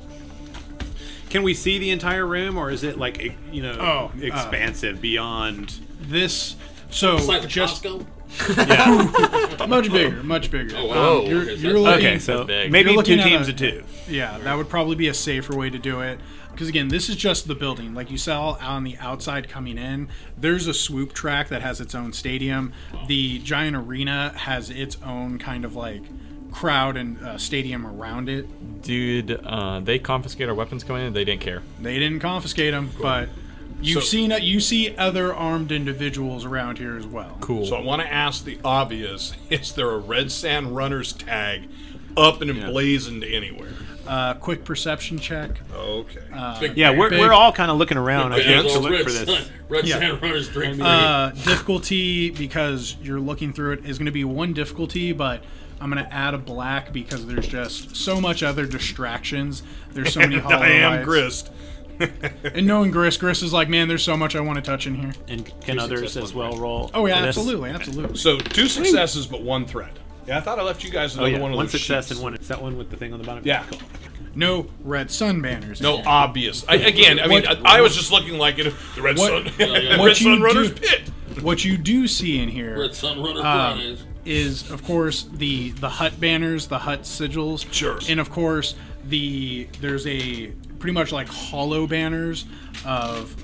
Speaker 3: Can we see the entire room, or is it like e- you know
Speaker 2: Oh, uh,
Speaker 3: expansive beyond?
Speaker 2: This so
Speaker 6: It's like
Speaker 2: just
Speaker 6: just Costco.
Speaker 2: much bigger, much bigger. Um,
Speaker 6: Oh, wow.
Speaker 5: Oh,
Speaker 2: You're, you're
Speaker 6: Okay, so that's-
Speaker 2: looking,
Speaker 5: Okay, so
Speaker 3: maybe
Speaker 5: big.
Speaker 2: You're
Speaker 3: two
Speaker 2: looking at
Speaker 3: teams
Speaker 2: a- <laughs>
Speaker 3: of two.
Speaker 2: yeah, that would probably be a safer way to do it. Because again, this is just the building. Like you saw on the outside coming in, there's a swoop track that has its own stadium. The giant arena has its own kind of like crowd and uh, stadium around it.
Speaker 5: Dude, uh, they confiscate our weapons coming in. They didn't care.
Speaker 2: They didn't confiscate them, but you've seen uh, you see other armed individuals around here as well.
Speaker 5: Cool.
Speaker 1: So I want to ask the obvious: <laughs> Is there a Red Sand Runners tag up and emblazoned anywhere?
Speaker 2: Uh, quick perception check.
Speaker 1: Okay.
Speaker 3: Yeah, we're,
Speaker 2: Big-
Speaker 3: we're all kind of looking around. I
Speaker 6: Big
Speaker 3: think
Speaker 6: old
Speaker 3: to look
Speaker 6: Red
Speaker 3: for this.
Speaker 6: Sun- Red
Speaker 2: Yeah.
Speaker 6: Sand Runners drink. three.
Speaker 2: Uh, difficulty because you're looking through it is going to be one difficulty, but I'm going to add a black because there's just so much other distractions. There's
Speaker 1: <laughs>
Speaker 2: so many. hollow
Speaker 1: I am
Speaker 2: lights.
Speaker 1: Grist.
Speaker 2: And knowing Gris, Gris is like, man, there's so much I want to touch in here.
Speaker 3: And can others as well roll?
Speaker 2: Oh yeah,
Speaker 3: for this?
Speaker 2: absolutely, absolutely.
Speaker 1: So two successes, but one threat. Yeah, I thought I left you guys
Speaker 3: Oh
Speaker 1: another
Speaker 3: yeah,
Speaker 1: one
Speaker 3: one,
Speaker 1: of those
Speaker 3: success
Speaker 1: sheets.
Speaker 3: and one. Is that one with the thing on the bottom?
Speaker 1: Yeah.
Speaker 3: Cool.
Speaker 2: No red sun banners.
Speaker 1: No uh, obvious. I, again, I mean,
Speaker 2: What-
Speaker 1: I, I was just looking like it, the Red
Speaker 2: What-
Speaker 1: Sun, <laughs>
Speaker 6: yeah.
Speaker 2: What
Speaker 1: Red
Speaker 2: you
Speaker 1: Sun
Speaker 2: do-
Speaker 1: Runners pit.
Speaker 2: What you do see in here
Speaker 6: Red Sun Runner Fridays.
Speaker 2: is of course the the hut banners, the hut sigils,
Speaker 1: Sure.
Speaker 2: and of course the there's a pretty much like hollow banners of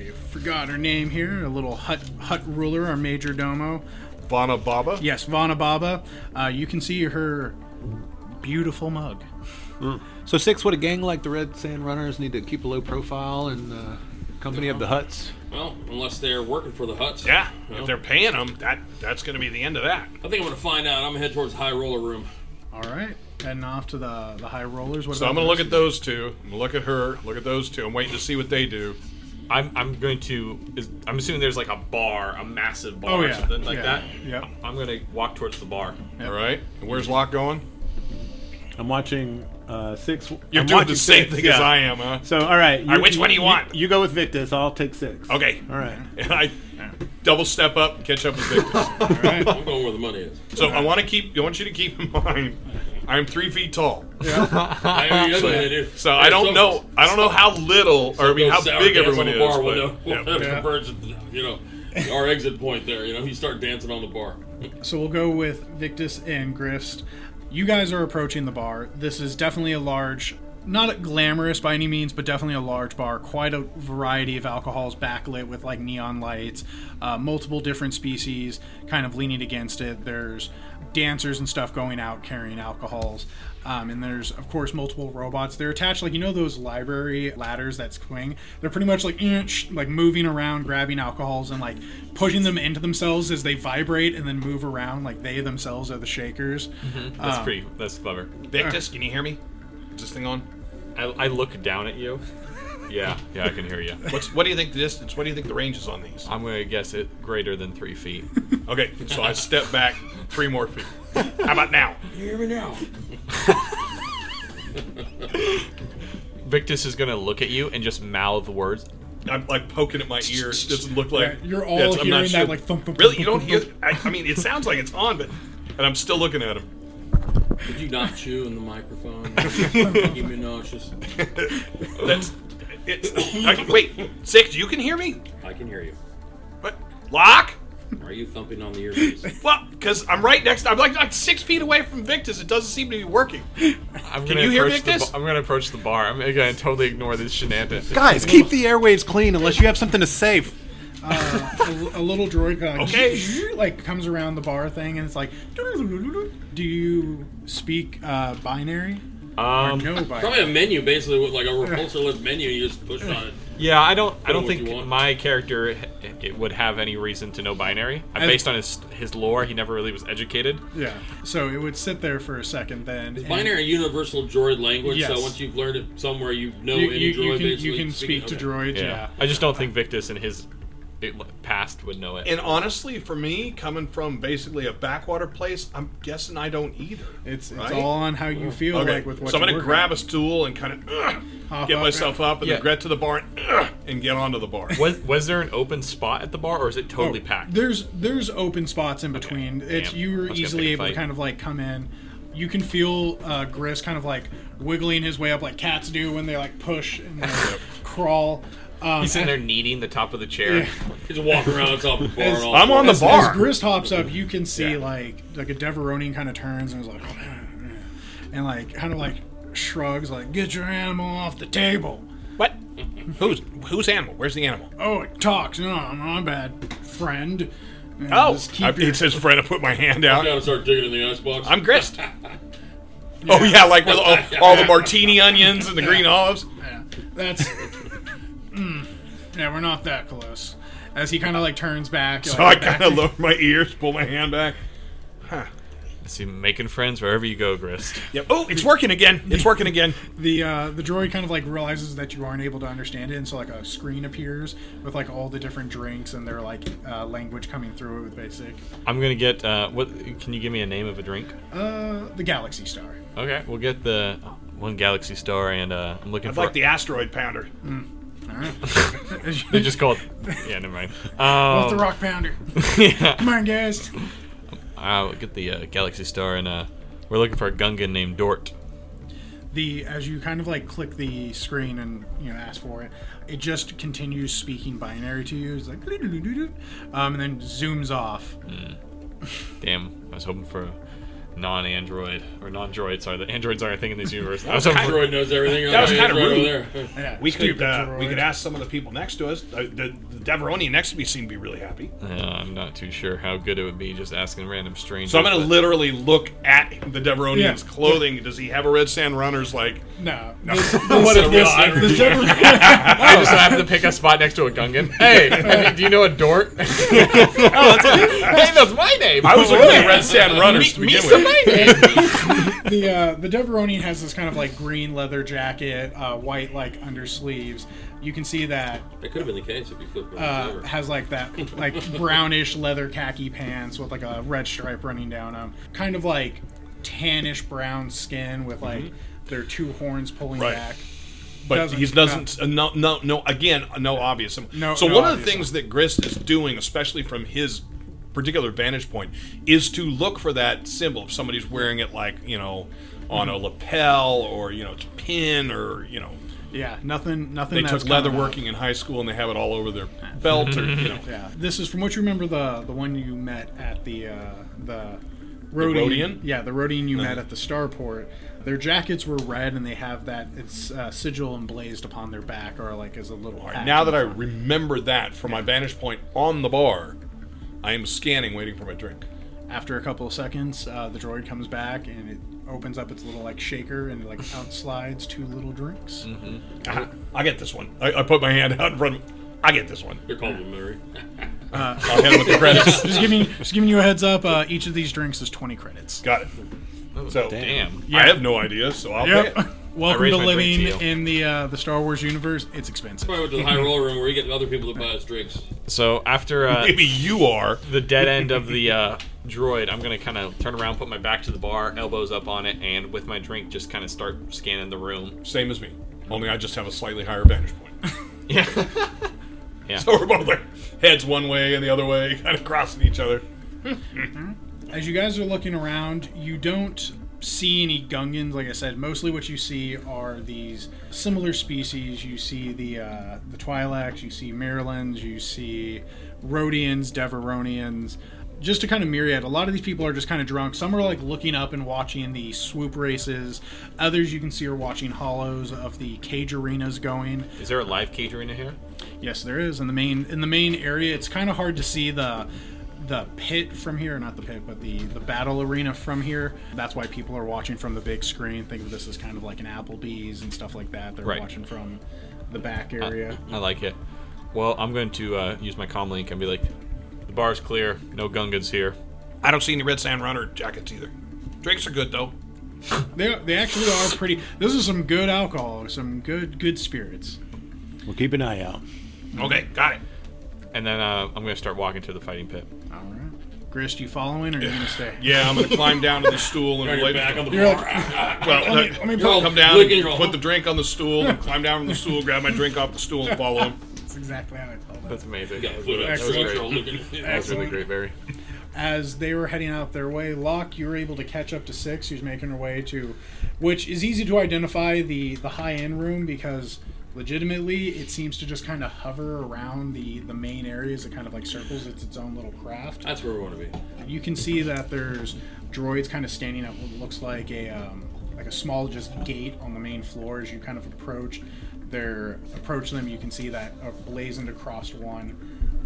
Speaker 2: I forgot her name here, a little hut hut ruler or major domo.
Speaker 1: Vana Baba.
Speaker 2: Yes, Vana Baba. Uh, you can see her beautiful mug.
Speaker 7: So six, would a gang like the Red Sand Runners need to keep a low profile and uh, company of the huts?
Speaker 6: Well, unless they're working for the huts.
Speaker 1: Yeah,
Speaker 6: You know?
Speaker 1: if they're paying them, that that's going to be the end of that.
Speaker 6: I think I'm gonna find out. I'm gonna head towards High Roller Room.
Speaker 2: All right, heading off to the the high rollers. What
Speaker 1: So I'm going
Speaker 2: about
Speaker 1: to look
Speaker 2: this?
Speaker 1: at those two. I'm going to look at her. Look at those two. I'm waiting to see what they do.
Speaker 5: I'm, I'm going to. Is, I'm assuming there's like a bar, a massive bar
Speaker 2: Oh,
Speaker 5: or
Speaker 2: yeah.
Speaker 5: something like
Speaker 2: Yeah.
Speaker 5: that.
Speaker 2: Yep.
Speaker 5: I'm going to walk towards the bar.
Speaker 1: All right. And where's Locke going?
Speaker 3: I'm watching uh, six.
Speaker 1: You're
Speaker 3: I'm
Speaker 1: doing
Speaker 3: watching
Speaker 1: the same
Speaker 3: six,
Speaker 1: thing
Speaker 3: yeah.
Speaker 1: as I am, huh?
Speaker 3: So all right, you,
Speaker 1: which one do you want?
Speaker 3: You, go with Victus. I'll take six.
Speaker 1: Okay.
Speaker 3: All right.
Speaker 1: <laughs> I, double step up and catch up with Victor.
Speaker 6: I'm going where the money is.
Speaker 1: so I want to keep. I want you to keep in <laughs> mind, I'm three feet tall.
Speaker 6: I know you're younger than I do.
Speaker 1: So I don't
Speaker 6: Some-
Speaker 1: know. I don't know how little or I mean
Speaker 6: those
Speaker 1: how
Speaker 6: sour
Speaker 1: big
Speaker 6: dance
Speaker 1: everyone
Speaker 6: on
Speaker 1: is.
Speaker 6: the bar
Speaker 1: but-
Speaker 6: window. <laughs>
Speaker 1: yeah.
Speaker 2: Yeah.
Speaker 6: Converge at the- you know, our exit point there. You know, you start dancing on the bar.
Speaker 2: So we'll go with Victus and Grist. You guys are approaching the bar. This is definitely a large, not glamorous by any means, but definitely a large bar. Quite a variety of alcohols backlit with like neon lights, uh, multiple different species kind of leaning against it. There's dancers and stuff going out carrying alcohols. Um, and there's, of course, multiple robots. They're attached, like, you know, those library ladders that swing? They're pretty much like, eh, sh- like moving around, grabbing alcohols, and like pushing them into themselves as they vibrate and then move around. Like, they themselves are the shakers.
Speaker 1: Mm-hmm.
Speaker 5: That's
Speaker 1: Ah.
Speaker 5: pretty. That's clever.
Speaker 1: Victus, can you hear me? Is this thing on?
Speaker 5: I, I look down at you. Yeah, yeah, I can hear you.
Speaker 1: What's what do you think the distance? What do you think the range is on these?
Speaker 5: I'm gonna guess it greater than three feet.
Speaker 1: Okay, so I step back three more feet. How about now?
Speaker 5: Victus is gonna look at you and just mouth words.
Speaker 1: I'm like poking at my ear. It doesn't look like
Speaker 2: Yeah, you're all
Speaker 1: Yes, I'm not
Speaker 2: hearing
Speaker 1: sure.
Speaker 2: that, like, thump, thump,
Speaker 1: Really,
Speaker 2: thump,
Speaker 1: you don't
Speaker 2: thump,
Speaker 1: hear?
Speaker 2: thump.
Speaker 1: I, I mean, it sounds like it's on, but and I'm still looking at him.
Speaker 6: Did you not chew in the <laughs> microphone? Keep me nauseous.
Speaker 1: That's it's. I can- wait, six. You can hear me?
Speaker 6: I can hear you.
Speaker 1: But lock.
Speaker 6: Are you thumping on the earpiece?
Speaker 1: Well, because I'm right next. I'm like like six feet away from Victus. It doesn't seem to be working. Can
Speaker 5: I'm gonna
Speaker 1: you hear
Speaker 5: approach the
Speaker 1: Victus?
Speaker 5: ba- I'm gonna approach the bar. I'm gonna totally ignore this shenanigans.
Speaker 7: Guys, keep the airwaves clean unless you have something to say.
Speaker 2: uh, a, a little droid kind of
Speaker 1: Okay.
Speaker 2: like, <laughs> like, comes around the bar thing and it's like, <laughs> do you speak uh, binary? Or
Speaker 5: Um,
Speaker 2: no binary?
Speaker 6: Probably a menu, basically, with like a repulsor list menu. You just push on it.
Speaker 5: yeah, I don't. I don't
Speaker 6: what
Speaker 5: think
Speaker 6: you want.
Speaker 5: my character h- it would have any reason to know binary. I,
Speaker 2: I-
Speaker 5: based on his his lore, he never really was educated.
Speaker 2: Yeah. So it would sit there for a second then. and-
Speaker 6: Binary universal droid language.
Speaker 2: Yes.
Speaker 6: So once you've learned it somewhere, you know
Speaker 2: You,
Speaker 6: any
Speaker 2: you,
Speaker 6: droid
Speaker 2: you can,
Speaker 6: basically.
Speaker 2: you can speak to
Speaker 6: okay.
Speaker 2: droids,
Speaker 5: Yeah.
Speaker 2: yeah.
Speaker 5: I just don't think Victus and his it- past would know it.
Speaker 1: And honestly, for me, coming from basically a backwater place, I'm guessing I don't either.
Speaker 2: It's it's
Speaker 1: Right?
Speaker 2: all on how you feel
Speaker 1: Okay,
Speaker 2: like with what
Speaker 1: so I'm
Speaker 2: you're
Speaker 1: gonna
Speaker 2: working Uh-huh.
Speaker 1: grab
Speaker 2: on.
Speaker 1: a stool and kind of
Speaker 2: Hop
Speaker 1: get
Speaker 2: up,
Speaker 1: myself up and
Speaker 5: Yeah.
Speaker 1: then get to the bar and, uh, and get onto the bar.
Speaker 5: was was there an open spot at the bar, or is it
Speaker 2: Oh,
Speaker 5: totally packed?
Speaker 2: There's there's open spots in between. It's
Speaker 5: Damn.
Speaker 2: you
Speaker 5: I was
Speaker 2: were
Speaker 5: gonna
Speaker 2: easily
Speaker 5: pick a
Speaker 2: able to
Speaker 5: fight.
Speaker 2: kind of like come in. You can feel uh, Gris kind of like wiggling his way up like cats do when they like push and like, crawl. Uh, Um,
Speaker 5: He's
Speaker 1: <laughs>
Speaker 5: sitting there kneading the top of the chair.
Speaker 6: Just walk around on top of the bar. and all
Speaker 1: I'm on the
Speaker 2: as, as
Speaker 1: bar.
Speaker 2: Grist hops up, you can see
Speaker 5: Yeah.
Speaker 2: like like a Deveronian kind of turns and is like, <sighs> and like kind of like shrugs like, get your animal off the table.
Speaker 1: What? Who's who's animal? Where's the animal?
Speaker 2: Oh, it talks. No, my bad, friend. And
Speaker 1: Oh,
Speaker 2: just
Speaker 1: I,
Speaker 2: keep your-
Speaker 1: it says friend. I put my hand out.
Speaker 6: You gotta start digging in the icebox.
Speaker 1: <laughs> I'm grist. Oh yeah, like with all, all the martini onions and the green olives.
Speaker 2: Yeah, <laughs> that's. mm, yeah, we're not that close. As he kind of like turns back.
Speaker 1: So Oh, I kind of lower my ears, pull my hand back.
Speaker 5: See, making friends wherever you go, Grist.
Speaker 1: Yep. Oh, it's working again. It's working again.
Speaker 2: <laughs> the uh, the droid kind of like realizes that you aren't able to understand it, and so like a screen appears with like all the different drinks and their like uh, language coming through it with basic.
Speaker 5: I'm gonna get. Uh, what? Can you give me a name of a drink?
Speaker 2: Uh, the Galaxy Star.
Speaker 5: Okay, we'll get the oh, one galaxy star, and uh, I'm looking
Speaker 1: I'd
Speaker 5: for.
Speaker 1: like the asteroid pounder. <laughs>
Speaker 2: All right.
Speaker 5: they just called. Yeah, never mind.
Speaker 2: Off the
Speaker 5: Um,
Speaker 1: <laughs>
Speaker 2: rock pounder. Come on, guys.
Speaker 5: I'll get the uh, galaxy star, and uh, we're looking for a Gungan named Dort.
Speaker 2: the as you kind of like click the screen and you know ask for it, it just continues speaking binary to you. It's like, "Doo-doo-doo-doo-doo," um, and then zooms off.
Speaker 5: Damn, I was hoping for a non-android or non-droid. Sorry, the androids aren't a thing in this universe. I was hoping for,
Speaker 6: Droid knows everything.
Speaker 1: That was
Speaker 6: It's
Speaker 1: kinda
Speaker 6: right over
Speaker 1: rude.
Speaker 6: there.
Speaker 2: Yeah,
Speaker 1: We could
Speaker 2: stupid
Speaker 1: uh, we
Speaker 2: droid.
Speaker 1: could ask some of the people next to us. Uh, the, the Deveronian next to me seemed to be really happy.
Speaker 5: Uh, I'm not too sure how good it would be just asking random strangers.
Speaker 1: So
Speaker 5: <laughs>
Speaker 1: I'm gonna
Speaker 5: but-
Speaker 1: literally look at the Deveronian's
Speaker 2: Yeah.
Speaker 1: clothing. Does he have a red sand runner's like?
Speaker 2: no.
Speaker 1: <laughs>
Speaker 2: This, what if this? this Dever- <laughs>
Speaker 5: I just happen to pick a spot next to
Speaker 1: <laughs>
Speaker 5: a Gungan. Hey, have you- do you know a Dort? <laughs> hey, that's my name.
Speaker 2: Oh,
Speaker 1: I was looking at red
Speaker 2: <laughs>
Speaker 1: sand runners to
Speaker 5: Me,
Speaker 1: begin with.
Speaker 5: some my name.
Speaker 2: the uh, the Deveronian has this kind of like green leather jacket, uh, white like undersleeves. You can see that
Speaker 6: That could have been the case if you flipped it
Speaker 2: uh,
Speaker 6: over.
Speaker 2: has like that like
Speaker 1: <laughs>
Speaker 2: brownish leather khaki pants with like a red stripe running down them. Kind of like tannish brown skin with like their two horns pulling
Speaker 1: Mm-hmm. Right.
Speaker 2: back.
Speaker 1: but
Speaker 2: Doesn't,
Speaker 1: he doesn't. uh, No, no, no. Again, uh, no obvious. Um,
Speaker 2: No-
Speaker 1: so
Speaker 2: no
Speaker 1: one of the
Speaker 2: obvious.
Speaker 1: things that Grist is doing, especially from his particular vantage point, is to look for that symbol. If somebody's wearing it, like you know, on a lapel or you know, it's a pin or you know,
Speaker 2: Yeah, nothing. Nothing.
Speaker 1: they
Speaker 2: that's
Speaker 1: took leather
Speaker 2: coming up.
Speaker 1: working in high school and they have it all over their belt or you know.
Speaker 2: Yeah, this is from what you remember the the one you met at the uh, the
Speaker 1: Rhodian? Uh-huh.
Speaker 2: Yeah, the Rhodian you met at the starport. Their jackets were red, and they have that it's uh, sigil emblazed upon their back, or like as a little.
Speaker 1: All right, now that I remember that from my vantage point on the bar, I am scanning, waiting for my drink.
Speaker 2: after a couple of seconds, uh, the droid comes back and it opens up its little like shaker and
Speaker 5: <laughs>
Speaker 2: like out slides two little drinks.
Speaker 5: Mm-hmm.
Speaker 4: Uh-huh.
Speaker 1: Ah, I get this one. I, I put my hand out in front of me. I get this one.
Speaker 6: They're called a Murray.
Speaker 1: I'll hit him
Speaker 4: <laughs>
Speaker 1: with the credits.
Speaker 2: <laughs> Just giving just giving you a heads up. Uh, each of these drinks is twenty credits.
Speaker 1: Got it. <laughs> So
Speaker 5: Oh, Damn.
Speaker 1: I have no idea, so I'll pay it.
Speaker 5: I
Speaker 2: <laughs> Welcome
Speaker 5: raised
Speaker 2: to
Speaker 5: my drink
Speaker 2: living
Speaker 5: to you.
Speaker 2: in the uh, the Star Wars universe. It's expensive.
Speaker 6: Probably went to the high roll room where we get other people to buy us drinks.
Speaker 5: So after
Speaker 1: <laughs>
Speaker 5: uh,
Speaker 1: Maybe you are.
Speaker 5: the dead end of the uh, droid, I'm gonna kind of turn around, put my back to the bar, elbows up on it, and with my drink, just kind of start scanning the room. <laughs>
Speaker 1: Same as me. Only I just have a slightly higher vantage point.
Speaker 5: Yeah.
Speaker 1: So we're both like heads one way and the other way, <laughs> kind of crossing each other.
Speaker 2: As you guys are looking around, you don't see any Gungans. Like I said, mostly what you see are these similar species. You see the uh, the Twi'leks, you see Marylands, you see Rhodians, Deveronians. Just a kind of myriad. A lot of these people are just kind of drunk. Some are like looking up and watching the swoop races. Others you can see are watching hollows of the cage arenas going.
Speaker 5: Is there a live cage arena here?
Speaker 2: Yes, there is in the main in the main area. It's kind of hard to see the the pit from here, not the pit, but the the battle arena from here. That's why people are watching from the big screen. Think of this as kind of like an Applebee's and stuff like that. They're
Speaker 5: Right.
Speaker 2: watching from the back area.
Speaker 5: I like it. Well, I'm going to uh, use my comm link and be like, the bar's clear, no Gungans here.
Speaker 4: I don't see any Red Sand Runner jackets either. Drinks are good though.
Speaker 2: They they actually are pretty. This is some good alcohol, some good good spirits.
Speaker 3: We'll keep an eye out.
Speaker 4: Okay, got it.
Speaker 5: And then uh, I'm going to start walking to the fighting pit.
Speaker 2: All right, Grist, you following or you gonna stay?
Speaker 1: Yeah, I'm gonna climb down to the stool and
Speaker 6: Turn your
Speaker 1: lay
Speaker 6: back on the
Speaker 2: You're
Speaker 6: bar.
Speaker 2: like,
Speaker 1: Well,
Speaker 2: let me,
Speaker 1: no,
Speaker 2: let me
Speaker 6: You're all
Speaker 2: pull.
Speaker 1: come down,
Speaker 6: looking
Speaker 1: and
Speaker 6: at all-
Speaker 1: put the
Speaker 6: <laughs>
Speaker 1: drink on the stool, and climb down from the stool, grab my drink off the stool, and follow him.
Speaker 2: That's exactly how I call that.
Speaker 5: That's amazing.
Speaker 6: Yeah,
Speaker 5: That was
Speaker 6: foot
Speaker 5: really- that
Speaker 6: up,
Speaker 5: was
Speaker 2: Excellent.
Speaker 6: structure,
Speaker 5: great.
Speaker 6: looking at it. <laughs>
Speaker 5: That was really
Speaker 2: Excellent.
Speaker 5: great, Barry.
Speaker 2: as they were heading out their way, Locke, you were able to catch up to Six, who's making her way to, which is easy to identify the the high end room because legitimately it seems to just kind of hover around the the main areas. It kind of like circles. It's its own little craft.
Speaker 6: That's where we want to be.
Speaker 2: You can see that there's droids kind of standing at what looks like a um, like a small just gate on the main floor as you kind of approach. Their approach them, you can see that uh, blazoned across one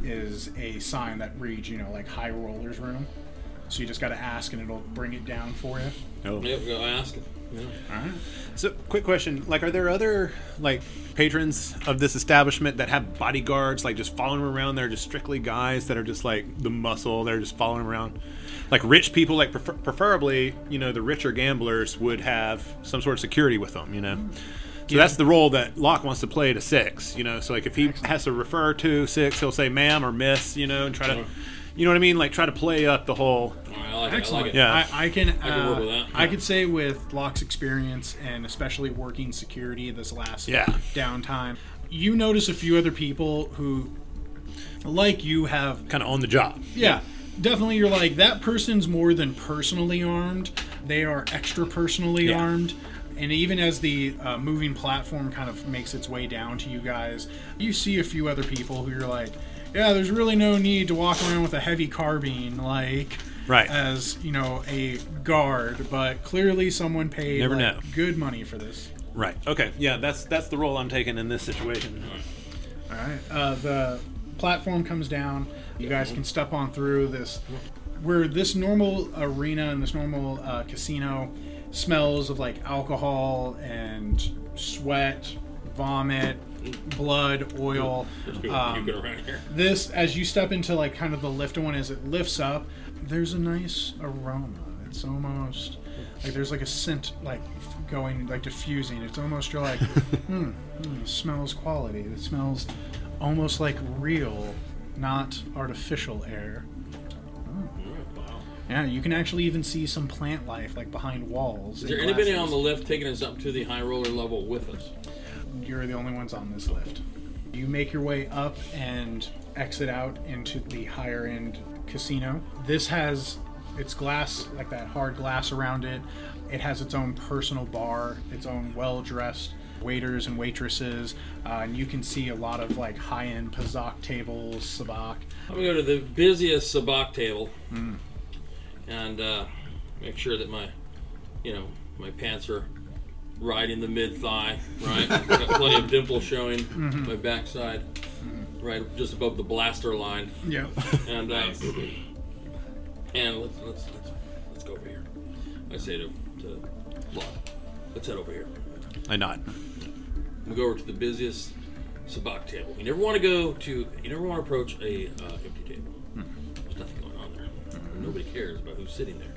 Speaker 2: is a sign that reads, you know, like High Rollers Room. So you just got to ask, and it'll bring it down for you.
Speaker 6: Yep, go ask.
Speaker 3: So, quick question: Like, are there other like patrons of this establishment that have bodyguards, like just following them around? They're just strictly guys that are just like the muscle. They're just following them around. Like rich people, like prefer- preferably, you know, the richer gamblers would have some sort of security with them. You know. So that's the role that Locke wants to play to six, you know. So like if he has to refer to six, he'll say ma'am or miss, you know, and try to, you know what I mean, like try to play up the whole.
Speaker 6: All right, I like
Speaker 2: Excellent.
Speaker 6: it. I like it.
Speaker 3: Yeah.
Speaker 2: I, I can. Uh, I,
Speaker 6: can work with that.
Speaker 2: I could say with Locke's experience and especially working security this last
Speaker 3: Yeah.
Speaker 2: downtime, you notice a few other people who, like you, have
Speaker 3: Kind of on the job.
Speaker 2: yeah, definitely. You're like that person's more than personally armed; they are extra personally
Speaker 3: Yeah.
Speaker 2: armed. And even as the uh, moving platform kind of makes its way down to you guys, you see a few other people who you're like, yeah, there's really no need to walk around with a heavy carbine, like
Speaker 3: Right.
Speaker 2: as you know a guard. But clearly, someone paid
Speaker 3: Never
Speaker 2: like,
Speaker 3: know.
Speaker 2: good money for this.
Speaker 3: Right. Okay. Yeah, that's that's the role I'm taking in this situation.
Speaker 2: All right. Uh, the platform comes down. You guys can step on through this. Where this normal arena and this normal uh, casino smells of like alcohol and sweat, vomit, blood, oil.
Speaker 6: People
Speaker 2: Um,
Speaker 6: puking around here.
Speaker 2: this, as you step into like kind of the lift one, as it lifts up, there's a nice aroma. It's almost like there's like a scent like going like diffusing. It's almost you're like, hmm, hmm, it smells quality. It smells almost like real, not artificial air. Yeah, you can actually even see some plant life like behind walls.
Speaker 6: Is there anybody on the lift taking us up to the high roller level with us?
Speaker 2: you're the only ones on this lift. You make your way up and exit out into the higher end casino. This has its glass, like that hard glass around it. It has its own personal bar, its own well dressed waiters and waitresses. Uh, and you can see a lot of like high end Pazak tables, Sabak.
Speaker 6: I'm gonna go to the busiest sabacc table and uh, make sure that my, you know, my pants are right in the mid thigh, right? Got plenty of dimple showing my backside, right just above the blaster line,
Speaker 2: Yeah.
Speaker 6: and uh, and let's, let's let's let's go over here. I say to to Lon, let's head over here.
Speaker 3: I nod.
Speaker 6: We go over to the busiest sabacc table. You never want to go to. You never want to approach a uh, empty table. There's nothing going on there. Nobody cares about who's sitting there.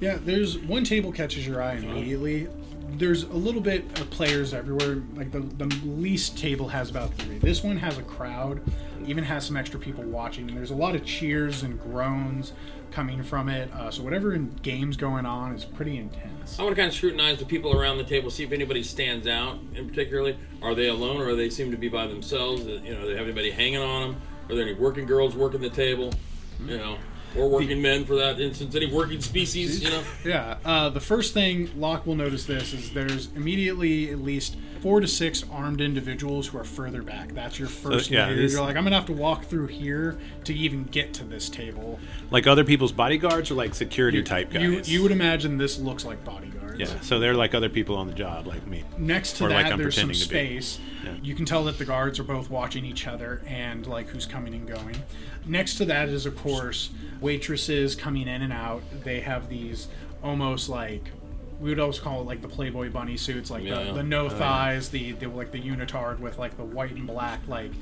Speaker 2: Yeah, there's one table catches your eye immediately. There's a little bit of players everywhere. Like the, the least table has about three. This one has a crowd, even has some extra people watching. And there's a lot of cheers and groans coming from it. Uh, so whatever in game's going on is pretty intense.
Speaker 6: I want to kind of scrutinize the people around the table, see if anybody stands out. In particularly, are they alone, or are they seem to be by themselves? Uh, You know, do they have anybody hanging on them? Are there any working girls working the table? You know, or working men for that instance? Any working species? You know,
Speaker 2: Yeah. Uh, the first thing Locke will notice this is there's immediately at least four to six armed individuals who are further back. That's your first.
Speaker 3: yeah,
Speaker 2: layer.
Speaker 3: this-
Speaker 2: You're like, I'm gonna have to walk through here to even get to this table.
Speaker 3: Like other people's bodyguards or like security type guys.
Speaker 2: You you would imagine this looks like bodyguards.
Speaker 3: Yeah, so they're like other people on the job, like me.
Speaker 2: Next to
Speaker 3: Or like
Speaker 2: that,
Speaker 3: I'm
Speaker 2: there's some
Speaker 3: pretending to be.
Speaker 2: space.
Speaker 3: Yeah.
Speaker 2: You can tell that the guards are both watching each other and like who's coming and going. Next to that is of course waitresses coming in and out. They have these almost like we would always call it like the Playboy bunny suits, like
Speaker 6: Yeah.
Speaker 2: the, the
Speaker 3: Oh,
Speaker 2: no thighs, the, the like the unitard with like the white and black like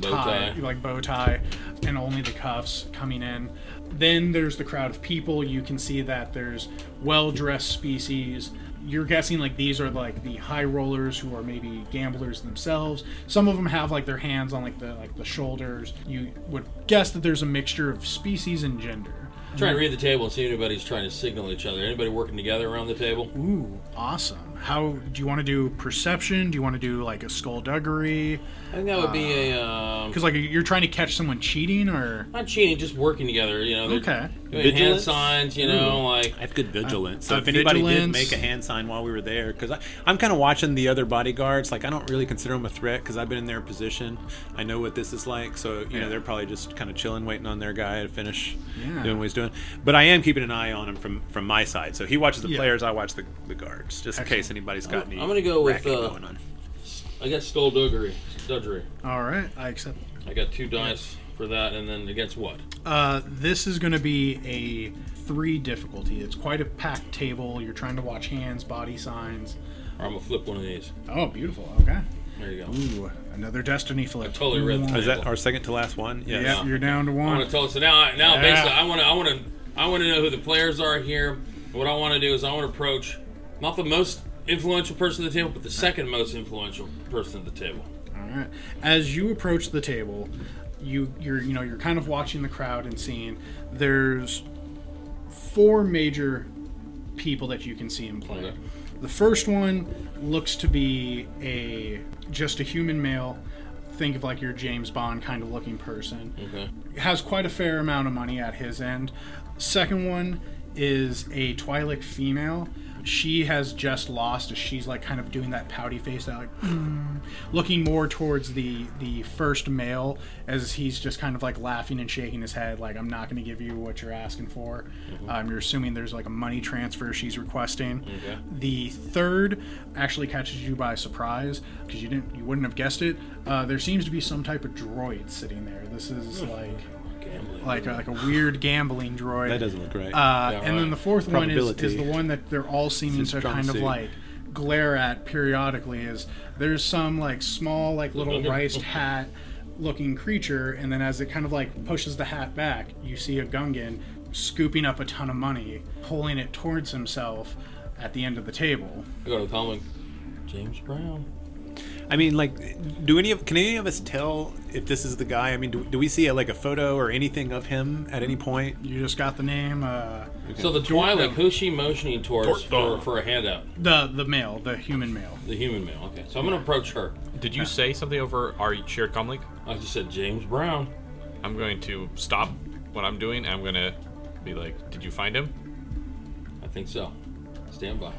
Speaker 6: Bow
Speaker 2: tie,
Speaker 6: tie.
Speaker 2: like bow tie, and only the cuffs coming in. Then there's the crowd of people. You can see that there's well dressed species. You're guessing like these are like the high rollers who are maybe gamblers themselves. Some of them have like their hands on like the like the shoulders. You would guess that there's a mixture of species and gender.
Speaker 6: try and read the table and see if anybody's trying to signal each other. Anybody working together around the table?
Speaker 2: Ooh, awesome. How do you want to do perception? Do you want to do like a skullduggery?
Speaker 6: I think that would be a. Um,
Speaker 2: Because like you're trying to catch someone cheating or
Speaker 6: not cheating, just working together. You know, they're
Speaker 2: okay.
Speaker 6: doing hand
Speaker 3: Vigilance?
Speaker 6: signs. You know, like
Speaker 3: I have good vigilance. So
Speaker 2: Uh,
Speaker 3: if anybody did
Speaker 2: vigilance.
Speaker 3: make a hand sign while we were there, because I'm kind of watching the other bodyguards. Like I don't really consider them a threat because I've been in their position. I know what this is like. So you know they're probably just kind of chilling, waiting on their guy to finish
Speaker 2: Yeah.
Speaker 3: doing what he's doing. But I am keeping an eye on him from from my side. So he watches the
Speaker 2: Yeah.
Speaker 3: players, I watch the, the guards, just in case anybody's got any.
Speaker 6: I'm gonna go with,
Speaker 3: racket
Speaker 6: uh,
Speaker 3: going on.
Speaker 6: I got skullduggery, dudgery.
Speaker 2: All right, I accept.
Speaker 6: I got two dice for that, and then against what?
Speaker 2: Uh, this is going to be a three difficulty. It's quite a packed table. You're trying to watch hands, body signs.
Speaker 6: Or I'm gonna flip one of these.
Speaker 2: Oh, beautiful. Okay.
Speaker 6: There you go.
Speaker 2: Ooh, another destiny flip.
Speaker 6: totally read
Speaker 2: Ooh.
Speaker 6: that.
Speaker 3: Is that our second to last one? Yes.
Speaker 2: Yeah, you're down to
Speaker 6: I want
Speaker 2: one.
Speaker 6: to tell. So now, I, now
Speaker 2: Yeah.
Speaker 6: basically, I want to, I want to, I want to know who the players are here. What I want to do is I want to approach not the most influential person at the table, but the second most influential person at the table.
Speaker 2: All right. As you approach the table, you you're you know you're kind of watching the crowd and seeing there's four major people that you can see in play.
Speaker 6: Okay.
Speaker 2: The first one looks to be a just a human male. Think of like your James Bond kind of looking person.
Speaker 6: Okay.
Speaker 2: has quite a fair amount of money at his end. Second one is a Twi'lek female. She has just lost. as She's like kind of doing that pouty face, that like "Mm," looking more towards the the first male as he's just kind of like laughing and shaking his head, like I'm not going to give you what you're asking for. Um, you're assuming there's like a money transfer she's requesting. The third actually catches you by surprise because you didn't you wouldn't have guessed it. Uh, there seems to be some type of droid sitting there. This is like
Speaker 6: Gambling.
Speaker 2: like a, like a weird gambling droid.
Speaker 3: That doesn't look right.
Speaker 2: Uh,
Speaker 6: Yeah,
Speaker 2: and
Speaker 6: right.
Speaker 2: then the fourth one is, is
Speaker 3: Probability.
Speaker 2: the one that they're all seeming
Speaker 3: This is
Speaker 2: to
Speaker 3: strong
Speaker 2: kind of
Speaker 3: suit.
Speaker 2: like glare at periodically. Is there's some like small like little riced hat looking creature, and then as it kind of like pushes the hat back, you see a Gungan scooping up a ton of money, pulling it towards himself at the end of the table.
Speaker 6: I go to the comic. James Brown.
Speaker 3: I mean, like, do any of can any of us tell if this is the guy? I mean, do, do we see like a photo or anything of him at any point?
Speaker 2: You just got the name, uh,
Speaker 6: So the Twilight, who's she motioning towards for,
Speaker 4: Tortdog.
Speaker 6: for a handout?
Speaker 2: the the male, the human male.
Speaker 6: The human male. Okay, so I'm gonna approach her.
Speaker 5: Did you say something over our shared comm link?
Speaker 6: I just said James Brown.
Speaker 5: I'm going to stop what I'm doing. I'm going to be like, "Did you find him?"
Speaker 6: I think so. Stand by.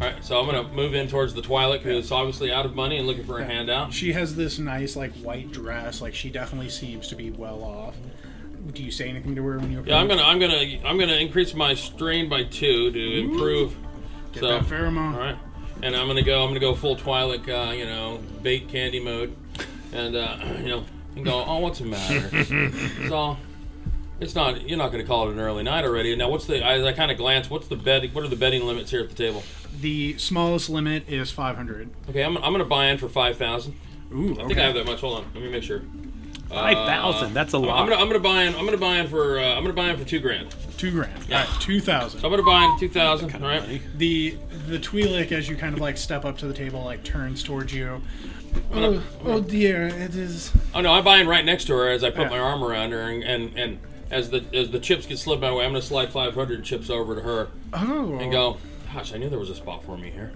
Speaker 6: All right, so I'm gonna move in towards the Twilight, who's obviously out of money and looking for a handout.
Speaker 2: She has this nice like white dress, like she definitely seems to be well off. Do you say anything to her when you approach?
Speaker 6: Yeah, I'm gonna, I'm gonna, I'm gonna increase my strain by two to improve.
Speaker 2: get
Speaker 6: so,
Speaker 2: that pheromone.
Speaker 6: all right, and I'm gonna go, I'm gonna go full Twilight, uh, you know, bait candy mode, and uh, <clears throat> you know, and go, oh, what's the matter?
Speaker 2: <laughs>
Speaker 6: it's all. It's not. You're not going to call it an early night already. Now, what's the? I, I kind of glance. What's the bet? What are the betting limits here at the table?
Speaker 2: The smallest limit is 500.
Speaker 6: Okay, I'm, I'm going to buy in for five thousand.
Speaker 2: Ooh,
Speaker 6: I think I have that much. Hold on, let me make sure.
Speaker 3: Five thousand. That's a
Speaker 6: I'm-
Speaker 3: lot.
Speaker 6: I'm gonna, I'm gonna buy in. I'm gonna buy in for. Uh, I'm gonna buy in for two grand. So
Speaker 2: Two grand. All right, two thousand.
Speaker 6: I'm gonna buy in two thousand. All right.
Speaker 2: The the Twi'lek, as you kind of like step up to the table, like turns towards you.
Speaker 6: gonna-
Speaker 2: Oh, oh dear, it is.
Speaker 6: Oh no, I buy in right next to her as I put
Speaker 2: Yeah.
Speaker 6: my arm around her, and, and and as the as the chips get slid my way, I'm gonna slide 500 chips over to her
Speaker 2: Oh,
Speaker 6: and go. Gosh, I knew there was a spot for me here.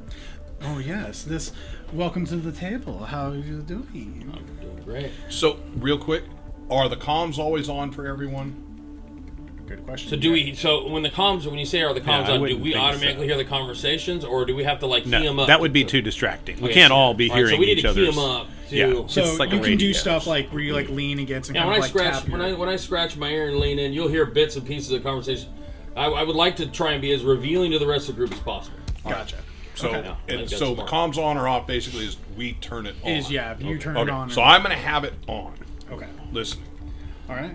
Speaker 2: oh yes, this. Welcome to the table. How are you doing?
Speaker 6: I'm doing great.
Speaker 1: So, real quick, are the comms always on for everyone?
Speaker 2: Good question.
Speaker 6: So do we? So when the comms, when you say are the comms
Speaker 3: I
Speaker 6: on, do
Speaker 3: wouldn't
Speaker 6: we
Speaker 3: think
Speaker 6: automatically hear the conversations, or do we have to like key 'em
Speaker 3: no,
Speaker 6: up?
Speaker 3: that would be too distracting. We
Speaker 6: Okay,
Speaker 3: can't all be
Speaker 6: all right,
Speaker 3: hearing
Speaker 6: so we need
Speaker 3: each
Speaker 6: to key
Speaker 3: other's.
Speaker 6: 'em up. To,
Speaker 3: Yeah.
Speaker 2: So
Speaker 3: It's like a
Speaker 2: you can do
Speaker 3: radio.
Speaker 2: stuff like where you like lean against and
Speaker 6: Yeah,
Speaker 2: kind
Speaker 6: when
Speaker 2: of
Speaker 6: I
Speaker 2: like
Speaker 6: scratch
Speaker 2: tap
Speaker 6: when
Speaker 2: your-
Speaker 6: I when I scratch my ear and lean in, you'll hear bits and pieces of conversation. I, I would like to try and be as revealing to the rest of the group as possible.
Speaker 2: gotcha.
Speaker 1: So,
Speaker 6: No, I
Speaker 1: and
Speaker 6: think that's
Speaker 1: so the
Speaker 6: smart.
Speaker 1: comms on or off basically is we turn it on.
Speaker 2: Is yeah, you turn
Speaker 1: Okay,
Speaker 2: it on.
Speaker 1: so
Speaker 2: and-
Speaker 1: I'm gonna have it on.
Speaker 2: okay.
Speaker 1: Listen,
Speaker 2: All right.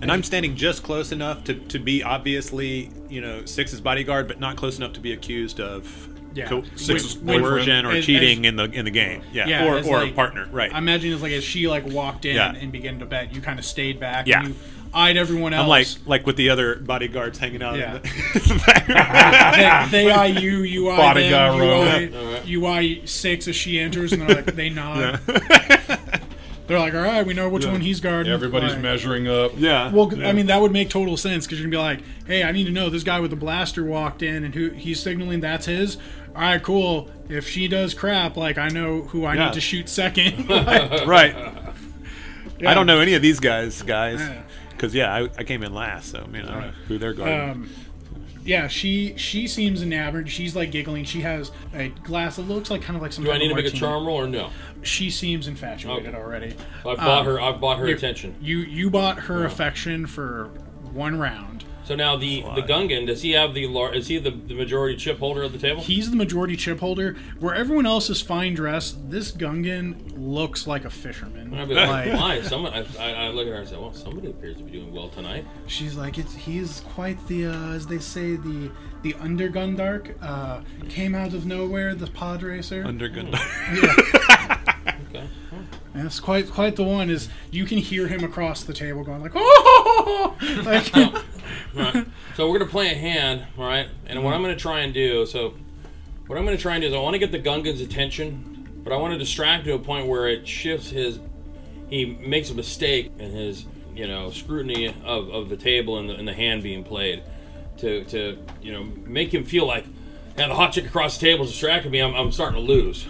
Speaker 3: And I'm standing just close enough to, to be obviously, you know, Six's bodyguard, but not close enough to be accused of
Speaker 2: Yeah.
Speaker 3: co-
Speaker 1: Six's
Speaker 3: co- coercion
Speaker 2: boyfriend.
Speaker 3: or
Speaker 2: As- as-
Speaker 3: cheating in the in the game. Yeah,
Speaker 2: Yeah,
Speaker 3: or,
Speaker 2: as
Speaker 3: or
Speaker 2: like-
Speaker 3: a partner. Right.
Speaker 2: I imagine it's like as she like walked in
Speaker 3: Yeah.
Speaker 2: and began to bet, you kind of stayed back.
Speaker 3: Yeah.
Speaker 2: And you eyed everyone else.
Speaker 3: I'm like like with the other bodyguards hanging out.
Speaker 2: Yeah.
Speaker 3: In the, <laughs> background.
Speaker 2: they, they eye you,
Speaker 3: <laughs>
Speaker 2: you eye
Speaker 1: Body
Speaker 2: them,
Speaker 1: guy
Speaker 2: you
Speaker 1: row.
Speaker 2: eye, you eye six as she enters, and they're
Speaker 3: <laughs>
Speaker 2: like, they nod. <laughs> They're like, all right, we know which one he's guarding.
Speaker 1: everybody's
Speaker 2: like,
Speaker 1: measuring up.
Speaker 3: yeah.
Speaker 2: Well, I mean, that would make total sense because you're gonna be like, hey, I need to know this guy with the blaster walked in and who he's signaling that's his. All right, cool. If she does crap, like I know who I
Speaker 3: Yeah.
Speaker 2: need to shoot second. Like, <laughs>
Speaker 3: right.
Speaker 2: yeah.
Speaker 3: I don't know any of these guys, guys.
Speaker 2: Yeah.
Speaker 3: Because yeah, I, I came in last, so I mean, I don't know who they're guarding.
Speaker 2: Um, yeah, she she seems enamored. She's like giggling. She has a glass that looks like kind of like some.
Speaker 6: Do I
Speaker 2: type
Speaker 6: need to
Speaker 2: of
Speaker 6: make a
Speaker 2: martini.
Speaker 6: charm roll or no?
Speaker 2: She seems infatuated
Speaker 6: Okay.
Speaker 2: already.
Speaker 6: I've bought
Speaker 2: Um,
Speaker 6: her. I've bought her
Speaker 2: Here,
Speaker 6: attention.
Speaker 2: You you bought her affection for one round.
Speaker 6: So now the the Gungan does he have the lar- is he the, the majority chip holder at the table?
Speaker 2: He's the majority chip holder. Where everyone else is fine dressed, this Gungan looks like a fisherman. <laughs>
Speaker 6: I'd be like,
Speaker 2: Like,
Speaker 6: why? Someone, I, I, I look at her and say, well, somebody appears to be doing well tonight.
Speaker 2: she's like, it's he's quite the uh, as they say the the undergundark uh, came out of nowhere. The pod racer.
Speaker 3: Under
Speaker 2: hmm.
Speaker 3: Gundar.
Speaker 6: Okay.
Speaker 2: That's quite quite the one. Is you can hear him across the table going like, <laughs> oh, like <laughs>
Speaker 6: <laughs> So we're gonna play a hand, all right? And what I'm gonna try and do, so what I'm gonna try and do is I want to get the Gungan's attention, but I want to distract to a point where it shifts his. He makes a mistake in his, you know, scrutiny of, of the table and the, and the hand being played, to to you know make him feel like, now the hot chick across the table is distracting me. I'm, I'm starting to lose.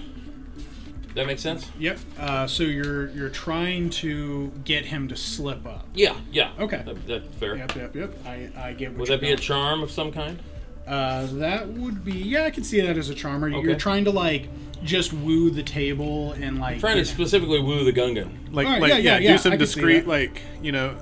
Speaker 6: That makes sense?
Speaker 2: yep. Uh, so you're you're trying to get him to slip up.
Speaker 6: Yeah, yeah.
Speaker 2: Okay.
Speaker 6: That, that's fair.
Speaker 2: Yep, yep, yep. I, I get. What
Speaker 6: Would
Speaker 2: you're
Speaker 6: that be a
Speaker 2: going.
Speaker 6: charm of some kind?
Speaker 2: Uh, that would be. Yeah, I could see that as a charmer. You're
Speaker 6: Okay.
Speaker 2: trying to like just woo the table and like.
Speaker 6: Trying to
Speaker 2: you know-
Speaker 6: specifically woo the Gungan.
Speaker 3: <laughs> Like,
Speaker 2: Alright,
Speaker 3: like
Speaker 2: yeah,
Speaker 3: yeah,
Speaker 2: yeah, yeah,
Speaker 3: do some
Speaker 2: I can see
Speaker 3: discreet,
Speaker 2: that.
Speaker 3: like you know,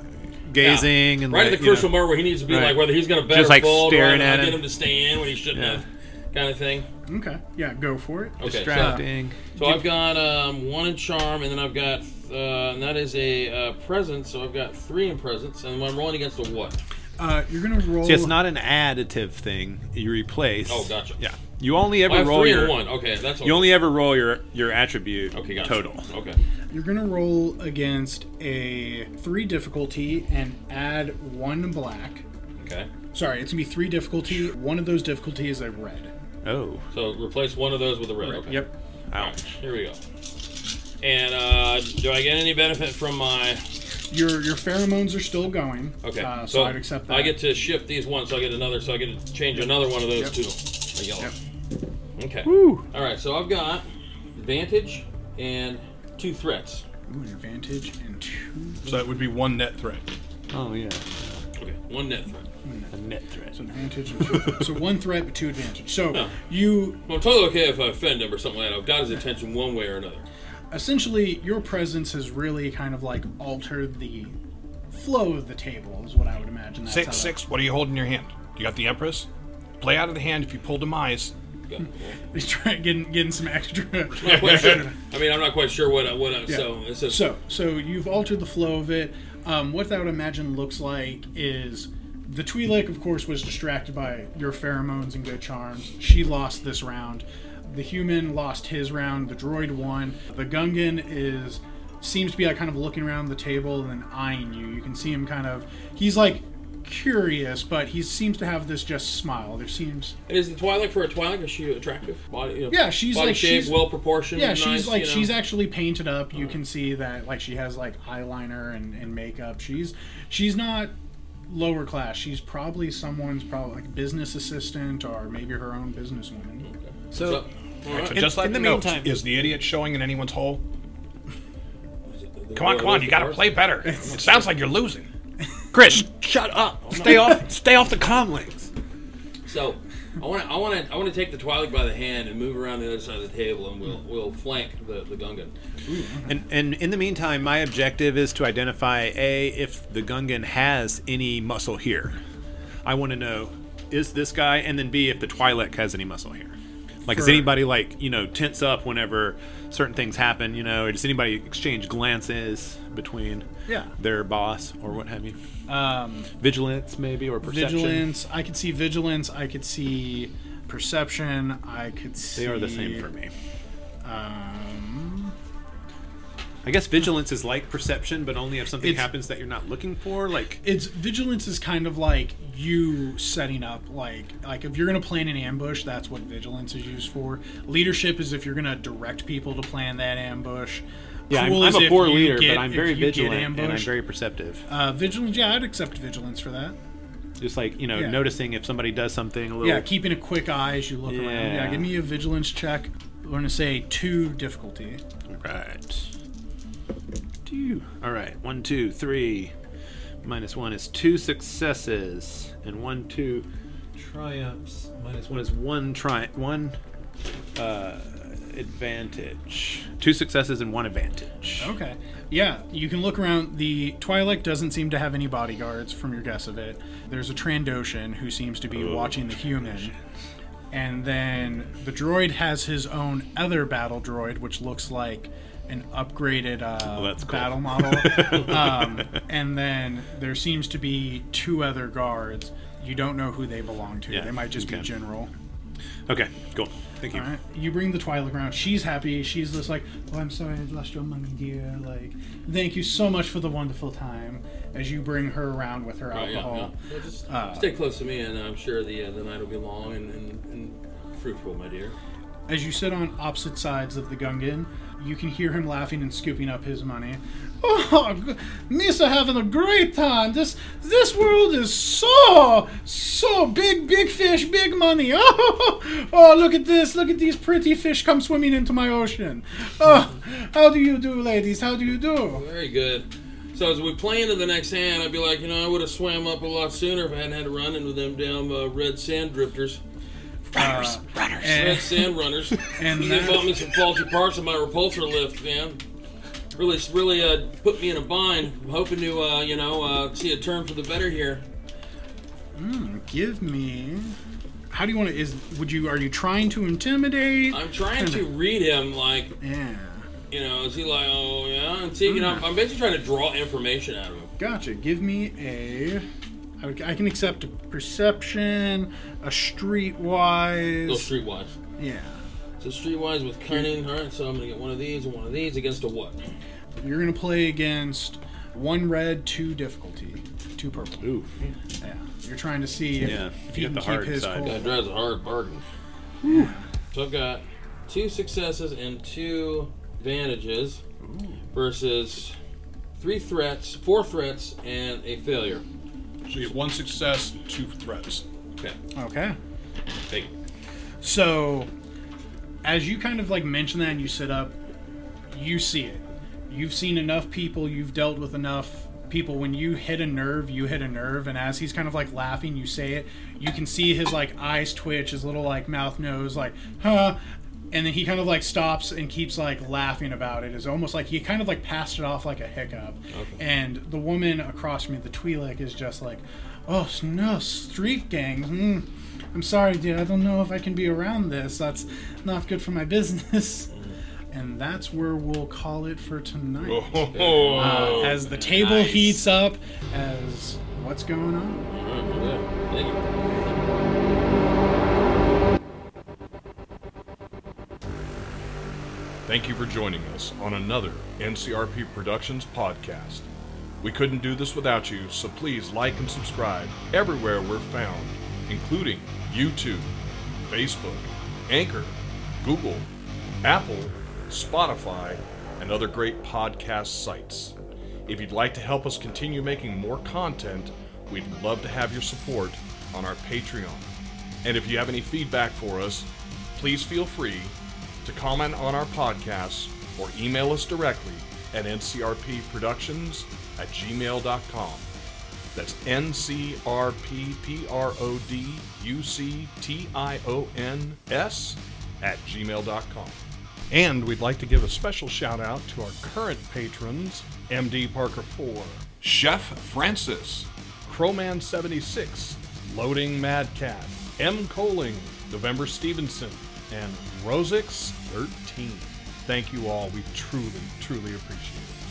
Speaker 3: gazing and
Speaker 6: right
Speaker 3: like,
Speaker 6: at the
Speaker 3: you know,
Speaker 6: crucial moment where he needs to be
Speaker 3: Right.
Speaker 6: like whether he's gonna bet
Speaker 3: Just,
Speaker 6: or
Speaker 3: like,
Speaker 6: fold,
Speaker 3: staring
Speaker 6: right?
Speaker 3: at
Speaker 6: I get
Speaker 3: him.
Speaker 6: him to stay in when he shouldn't
Speaker 3: Yeah.
Speaker 6: have, kind of thing.
Speaker 2: Okay. Yeah, go for it.
Speaker 6: Okay, so,
Speaker 2: Distracting.
Speaker 3: Ding.
Speaker 6: so I've got um, one in charm, and then I've got uh, and that is a uh, presence. So I've got three in presence, and I'm rolling against a what?
Speaker 2: Uh, you're gonna roll.
Speaker 3: See, it's not an additive thing. You replace.
Speaker 6: Oh, gotcha.
Speaker 3: Yeah. You only ever
Speaker 6: I have
Speaker 3: roll
Speaker 6: three
Speaker 3: your.
Speaker 6: and one. Okay, that's okay.
Speaker 3: You only ever roll your your attribute
Speaker 6: okay, gotcha. Mm-hmm.
Speaker 3: total.
Speaker 6: Okay,
Speaker 2: You're gonna roll against a three difficulty and add one black.
Speaker 6: okay.
Speaker 2: Sorry, it's gonna be three difficulty. One of those difficulty is a red.
Speaker 3: Oh,
Speaker 6: So replace one of those with a red. Okay.
Speaker 2: Yep.
Speaker 6: All right,
Speaker 3: ouch.
Speaker 6: here we go. And uh, do I get any benefit from my?
Speaker 2: Your your pheromones are still going.
Speaker 6: Okay,
Speaker 2: Uh, so, I'd accept that.
Speaker 6: I get to shift these ones. So I get another. So I get to change another one of those to a yellow. Okay. All right. So I've got advantage and two threats.
Speaker 2: Ooh, an advantage and two.
Speaker 1: So that would be one net threat.
Speaker 7: Oh yeah.
Speaker 6: Okay. One net threat.
Speaker 2: It's an advantage and two. <laughs> so one threat but two advantage. So
Speaker 6: Yeah.
Speaker 2: you
Speaker 6: Well, I'm totally okay if I offend him or something like that. I've got his attention one way or another.
Speaker 2: essentially your presence has really kind of like altered the flow of the table is what I would imagine. That's how
Speaker 1: Six,
Speaker 2: that- <laughs>
Speaker 1: six. What do you hold in your hand? You got the Empress. Play out of the hand if you pull demise.
Speaker 6: Okay.
Speaker 2: He's trying getting getting some extra.
Speaker 6: Quite sure.
Speaker 2: <laughs>
Speaker 6: I mean, I'm not quite sure what I, what I, so it says
Speaker 2: So, so you've altered the flow of it. Um, what that would imagine looks like is the Twi'lek, of course, was distracted by your pheromones and good charms. She lost this round. The human lost his round. The droid won. The Gungan is seems to be like kind of looking around the table and then eyeing you. You can see him kind of. He's like curious, but he seems to have this just smile. There seems
Speaker 6: And is the Twi'lek for a Twi'lek? Is she attractive? Body, you know,
Speaker 2: Yeah, she's
Speaker 6: body
Speaker 2: like-
Speaker 6: shape,
Speaker 2: she's-
Speaker 6: well proportioned.
Speaker 2: Yeah,
Speaker 6: nice,
Speaker 2: she's like
Speaker 6: you know? Oh.
Speaker 2: she's actually painted up. You can see that like she has like eyeliner and, and makeup. She's she's not lower class. She's probably someone's probably like business assistant or maybe her own businesswoman.
Speaker 6: So, all right.
Speaker 1: So just like
Speaker 3: in the
Speaker 1: note,
Speaker 3: meantime-
Speaker 1: is the idiot showing in anyone's hole? Come on, come on. You got to play better. It sounds like you're losing.
Speaker 7: Chris, shut up. Stay off. Stay off the comlinks.
Speaker 6: So, I want to I want to I want to take the Twi'lek by the hand and move around the other side of the table, and we'll we'll flank the the Gungan.
Speaker 3: And, and in the meantime, my objective is to identify A, if the Gungan has any muscle here. I want to know, is this guy? And then B, if the Twi'lek has any muscle here. Like, is
Speaker 2: For-
Speaker 3: anybody, like, you know, tense up whenever certain things happen, you know, or does anybody exchange glances between
Speaker 2: Yeah.
Speaker 3: their boss or what have you?
Speaker 2: Um,
Speaker 3: Vigilance, maybe, or perception?
Speaker 2: vigilance. I could see vigilance. I could see perception. I could see.
Speaker 3: They are the same for me.
Speaker 2: Um,
Speaker 3: I guess vigilance is like perception, but only if something
Speaker 2: It's-
Speaker 3: happens that you're not looking for. Like,
Speaker 2: it's vigilance is kind of like you setting up like like if you're gonna plan an ambush that's what vigilance is used for leadership is if you're gonna direct people to plan that ambush
Speaker 3: yeah,
Speaker 2: Cool
Speaker 3: I'm,
Speaker 2: is
Speaker 3: I'm a
Speaker 2: if
Speaker 3: poor
Speaker 2: you
Speaker 3: leader,
Speaker 2: get-
Speaker 3: but I'm
Speaker 2: if
Speaker 3: very
Speaker 2: you get
Speaker 3: vigilant and I'm
Speaker 2: ambushed.
Speaker 3: very perceptive.
Speaker 2: uh, vigilance yeah i'd accept vigilance for that
Speaker 3: just like you know
Speaker 2: Yeah.
Speaker 3: noticing if somebody does something a little
Speaker 2: yeah keeping a quick eye as you look around yeah
Speaker 3: Yeah.
Speaker 2: give me a vigilance check we're gonna say two difficulty
Speaker 3: right two all right one two three minus one is two successes and one two triumphs minus one is one tri one uh advantage two successes and one advantage
Speaker 2: Okay. Yeah, you can look around. The Twi'lek doesn't seem to have any bodyguards, from your guess of it. There's a Trandoshan who seems to be watching the human. And then the droid has his own other battle droid, which looks like an upgraded uh,
Speaker 3: Oh, that's cool.
Speaker 2: battle
Speaker 3: <laughs>
Speaker 2: model. um, and then there seems to be two other guards. You don't know who they belong to.
Speaker 3: Yeah,
Speaker 2: they might just be
Speaker 3: okay.
Speaker 2: general.
Speaker 3: okay cool thank you
Speaker 2: All right. You bring the Twi'lek around. She's happy. She's just like, "Oh, I'm sorry, I lost your money, dear. Like, thank you so much for the wonderful time." As you bring her around with her
Speaker 6: Oh, yeah,
Speaker 2: alcohol.
Speaker 6: yeah. Well, just stay close to me, and I'm sure the uh, the night will be long and, and, and fruitful, my dear.
Speaker 2: As you sit on opposite sides of the Gungan, you can hear him laughing and scooping up his money. <laughs> Oh, g- Nisa having a great time. This this world is so so big, big fish, big money. <laughs> Oh, oh look at this! Look at these pretty fish come swimming into my ocean. Oh, how do you do, ladies? How do you do?
Speaker 6: Very good. So as we play into the next hand, I'd be like, you know, I would have swam up a lot sooner if I hadn't had to run into them damn uh, red sand drifters,
Speaker 2: Runners, runners.
Speaker 6: red <laughs>
Speaker 2: And,
Speaker 6: sand runners.
Speaker 2: and
Speaker 6: They bought
Speaker 2: that,
Speaker 6: me some faulty parts in my repulsor lift, man. Really, really uh, put me in a bind. I'm hoping to, uh, you know, uh, see a turn for the better here.
Speaker 2: give me. How do you want to? Is would you? Are you trying to
Speaker 3: Uh.
Speaker 2: intimidate?
Speaker 6: I'm trying to read him, like,
Speaker 2: yeah.
Speaker 6: you know, is he like, oh yeah, and taking up. I'm basically trying to draw information out of him.
Speaker 2: Gotcha. Give me a. I, would, I can accept a perception, a streetwise.
Speaker 6: Little streetwise.
Speaker 2: Yeah.
Speaker 6: So streetwise with cunning. All right, so I'm gonna get one of these and one of these against a what?
Speaker 2: You're gonna play against one red, two difficulty, two purple.
Speaker 3: Ooh.
Speaker 2: Yeah. You're trying to see if,
Speaker 3: Yeah,
Speaker 2: if he
Speaker 3: you got
Speaker 2: can
Speaker 3: the
Speaker 2: keep
Speaker 3: hard
Speaker 2: his
Speaker 3: side.
Speaker 2: cool.
Speaker 6: That drives a hard bargain. So I've got two successes and two advantages. versus three threats, four threats, and a failure.
Speaker 1: So you have one success, two threats.
Speaker 6: Okay.
Speaker 2: Okay.
Speaker 6: Thank you.
Speaker 2: So, as you kind of like mention that and you sit up, you see it. You've seen enough people, you've dealt with enough people. When you hit a nerve, you hit a nerve. And as he's kind of like laughing, you say it. You can see his like eyes twitch, his little like mouth nose, like, huh. And then he kind of like stops and keeps like laughing about it. It's almost like he kind of like passed it off like a hiccup. And the woman across from me, the Twi'lek, is just like, oh, s- no, street gang. Hmm. I'm sorry, dude. I don't know if I can be around this. That's not good for my <laughs> business. And that's where we'll call it for tonight.
Speaker 1: Oh.
Speaker 2: Uh, as the table heats up, as what's going on?
Speaker 6: All right, well, yeah. Thank you.
Speaker 1: Thank you for joining us on another NCRP Productions podcast. We couldn't do this without you, so please like and subscribe everywhere we're found, including YouTube, Facebook, Anchor, Google, Apple, Spotify, and other great podcast sites. If you'd like to help us continue making more content, we'd love to have your support on our Patreon. And if you have any feedback for us, please feel free to comment on our podcasts or email us directly at ncrpproductions at gmail.com. That's N-C-R-P-P-R-O-D-U-C-T-I-O-N-S at gmail.com. And we'd like to give a special shout out to our current patrons, MD Parker 4, Chef Francis, Crowman76, Loading Madcat, M. Coling, November Stevenson, and Rosix13. Thank you all. We truly, truly appreciate it.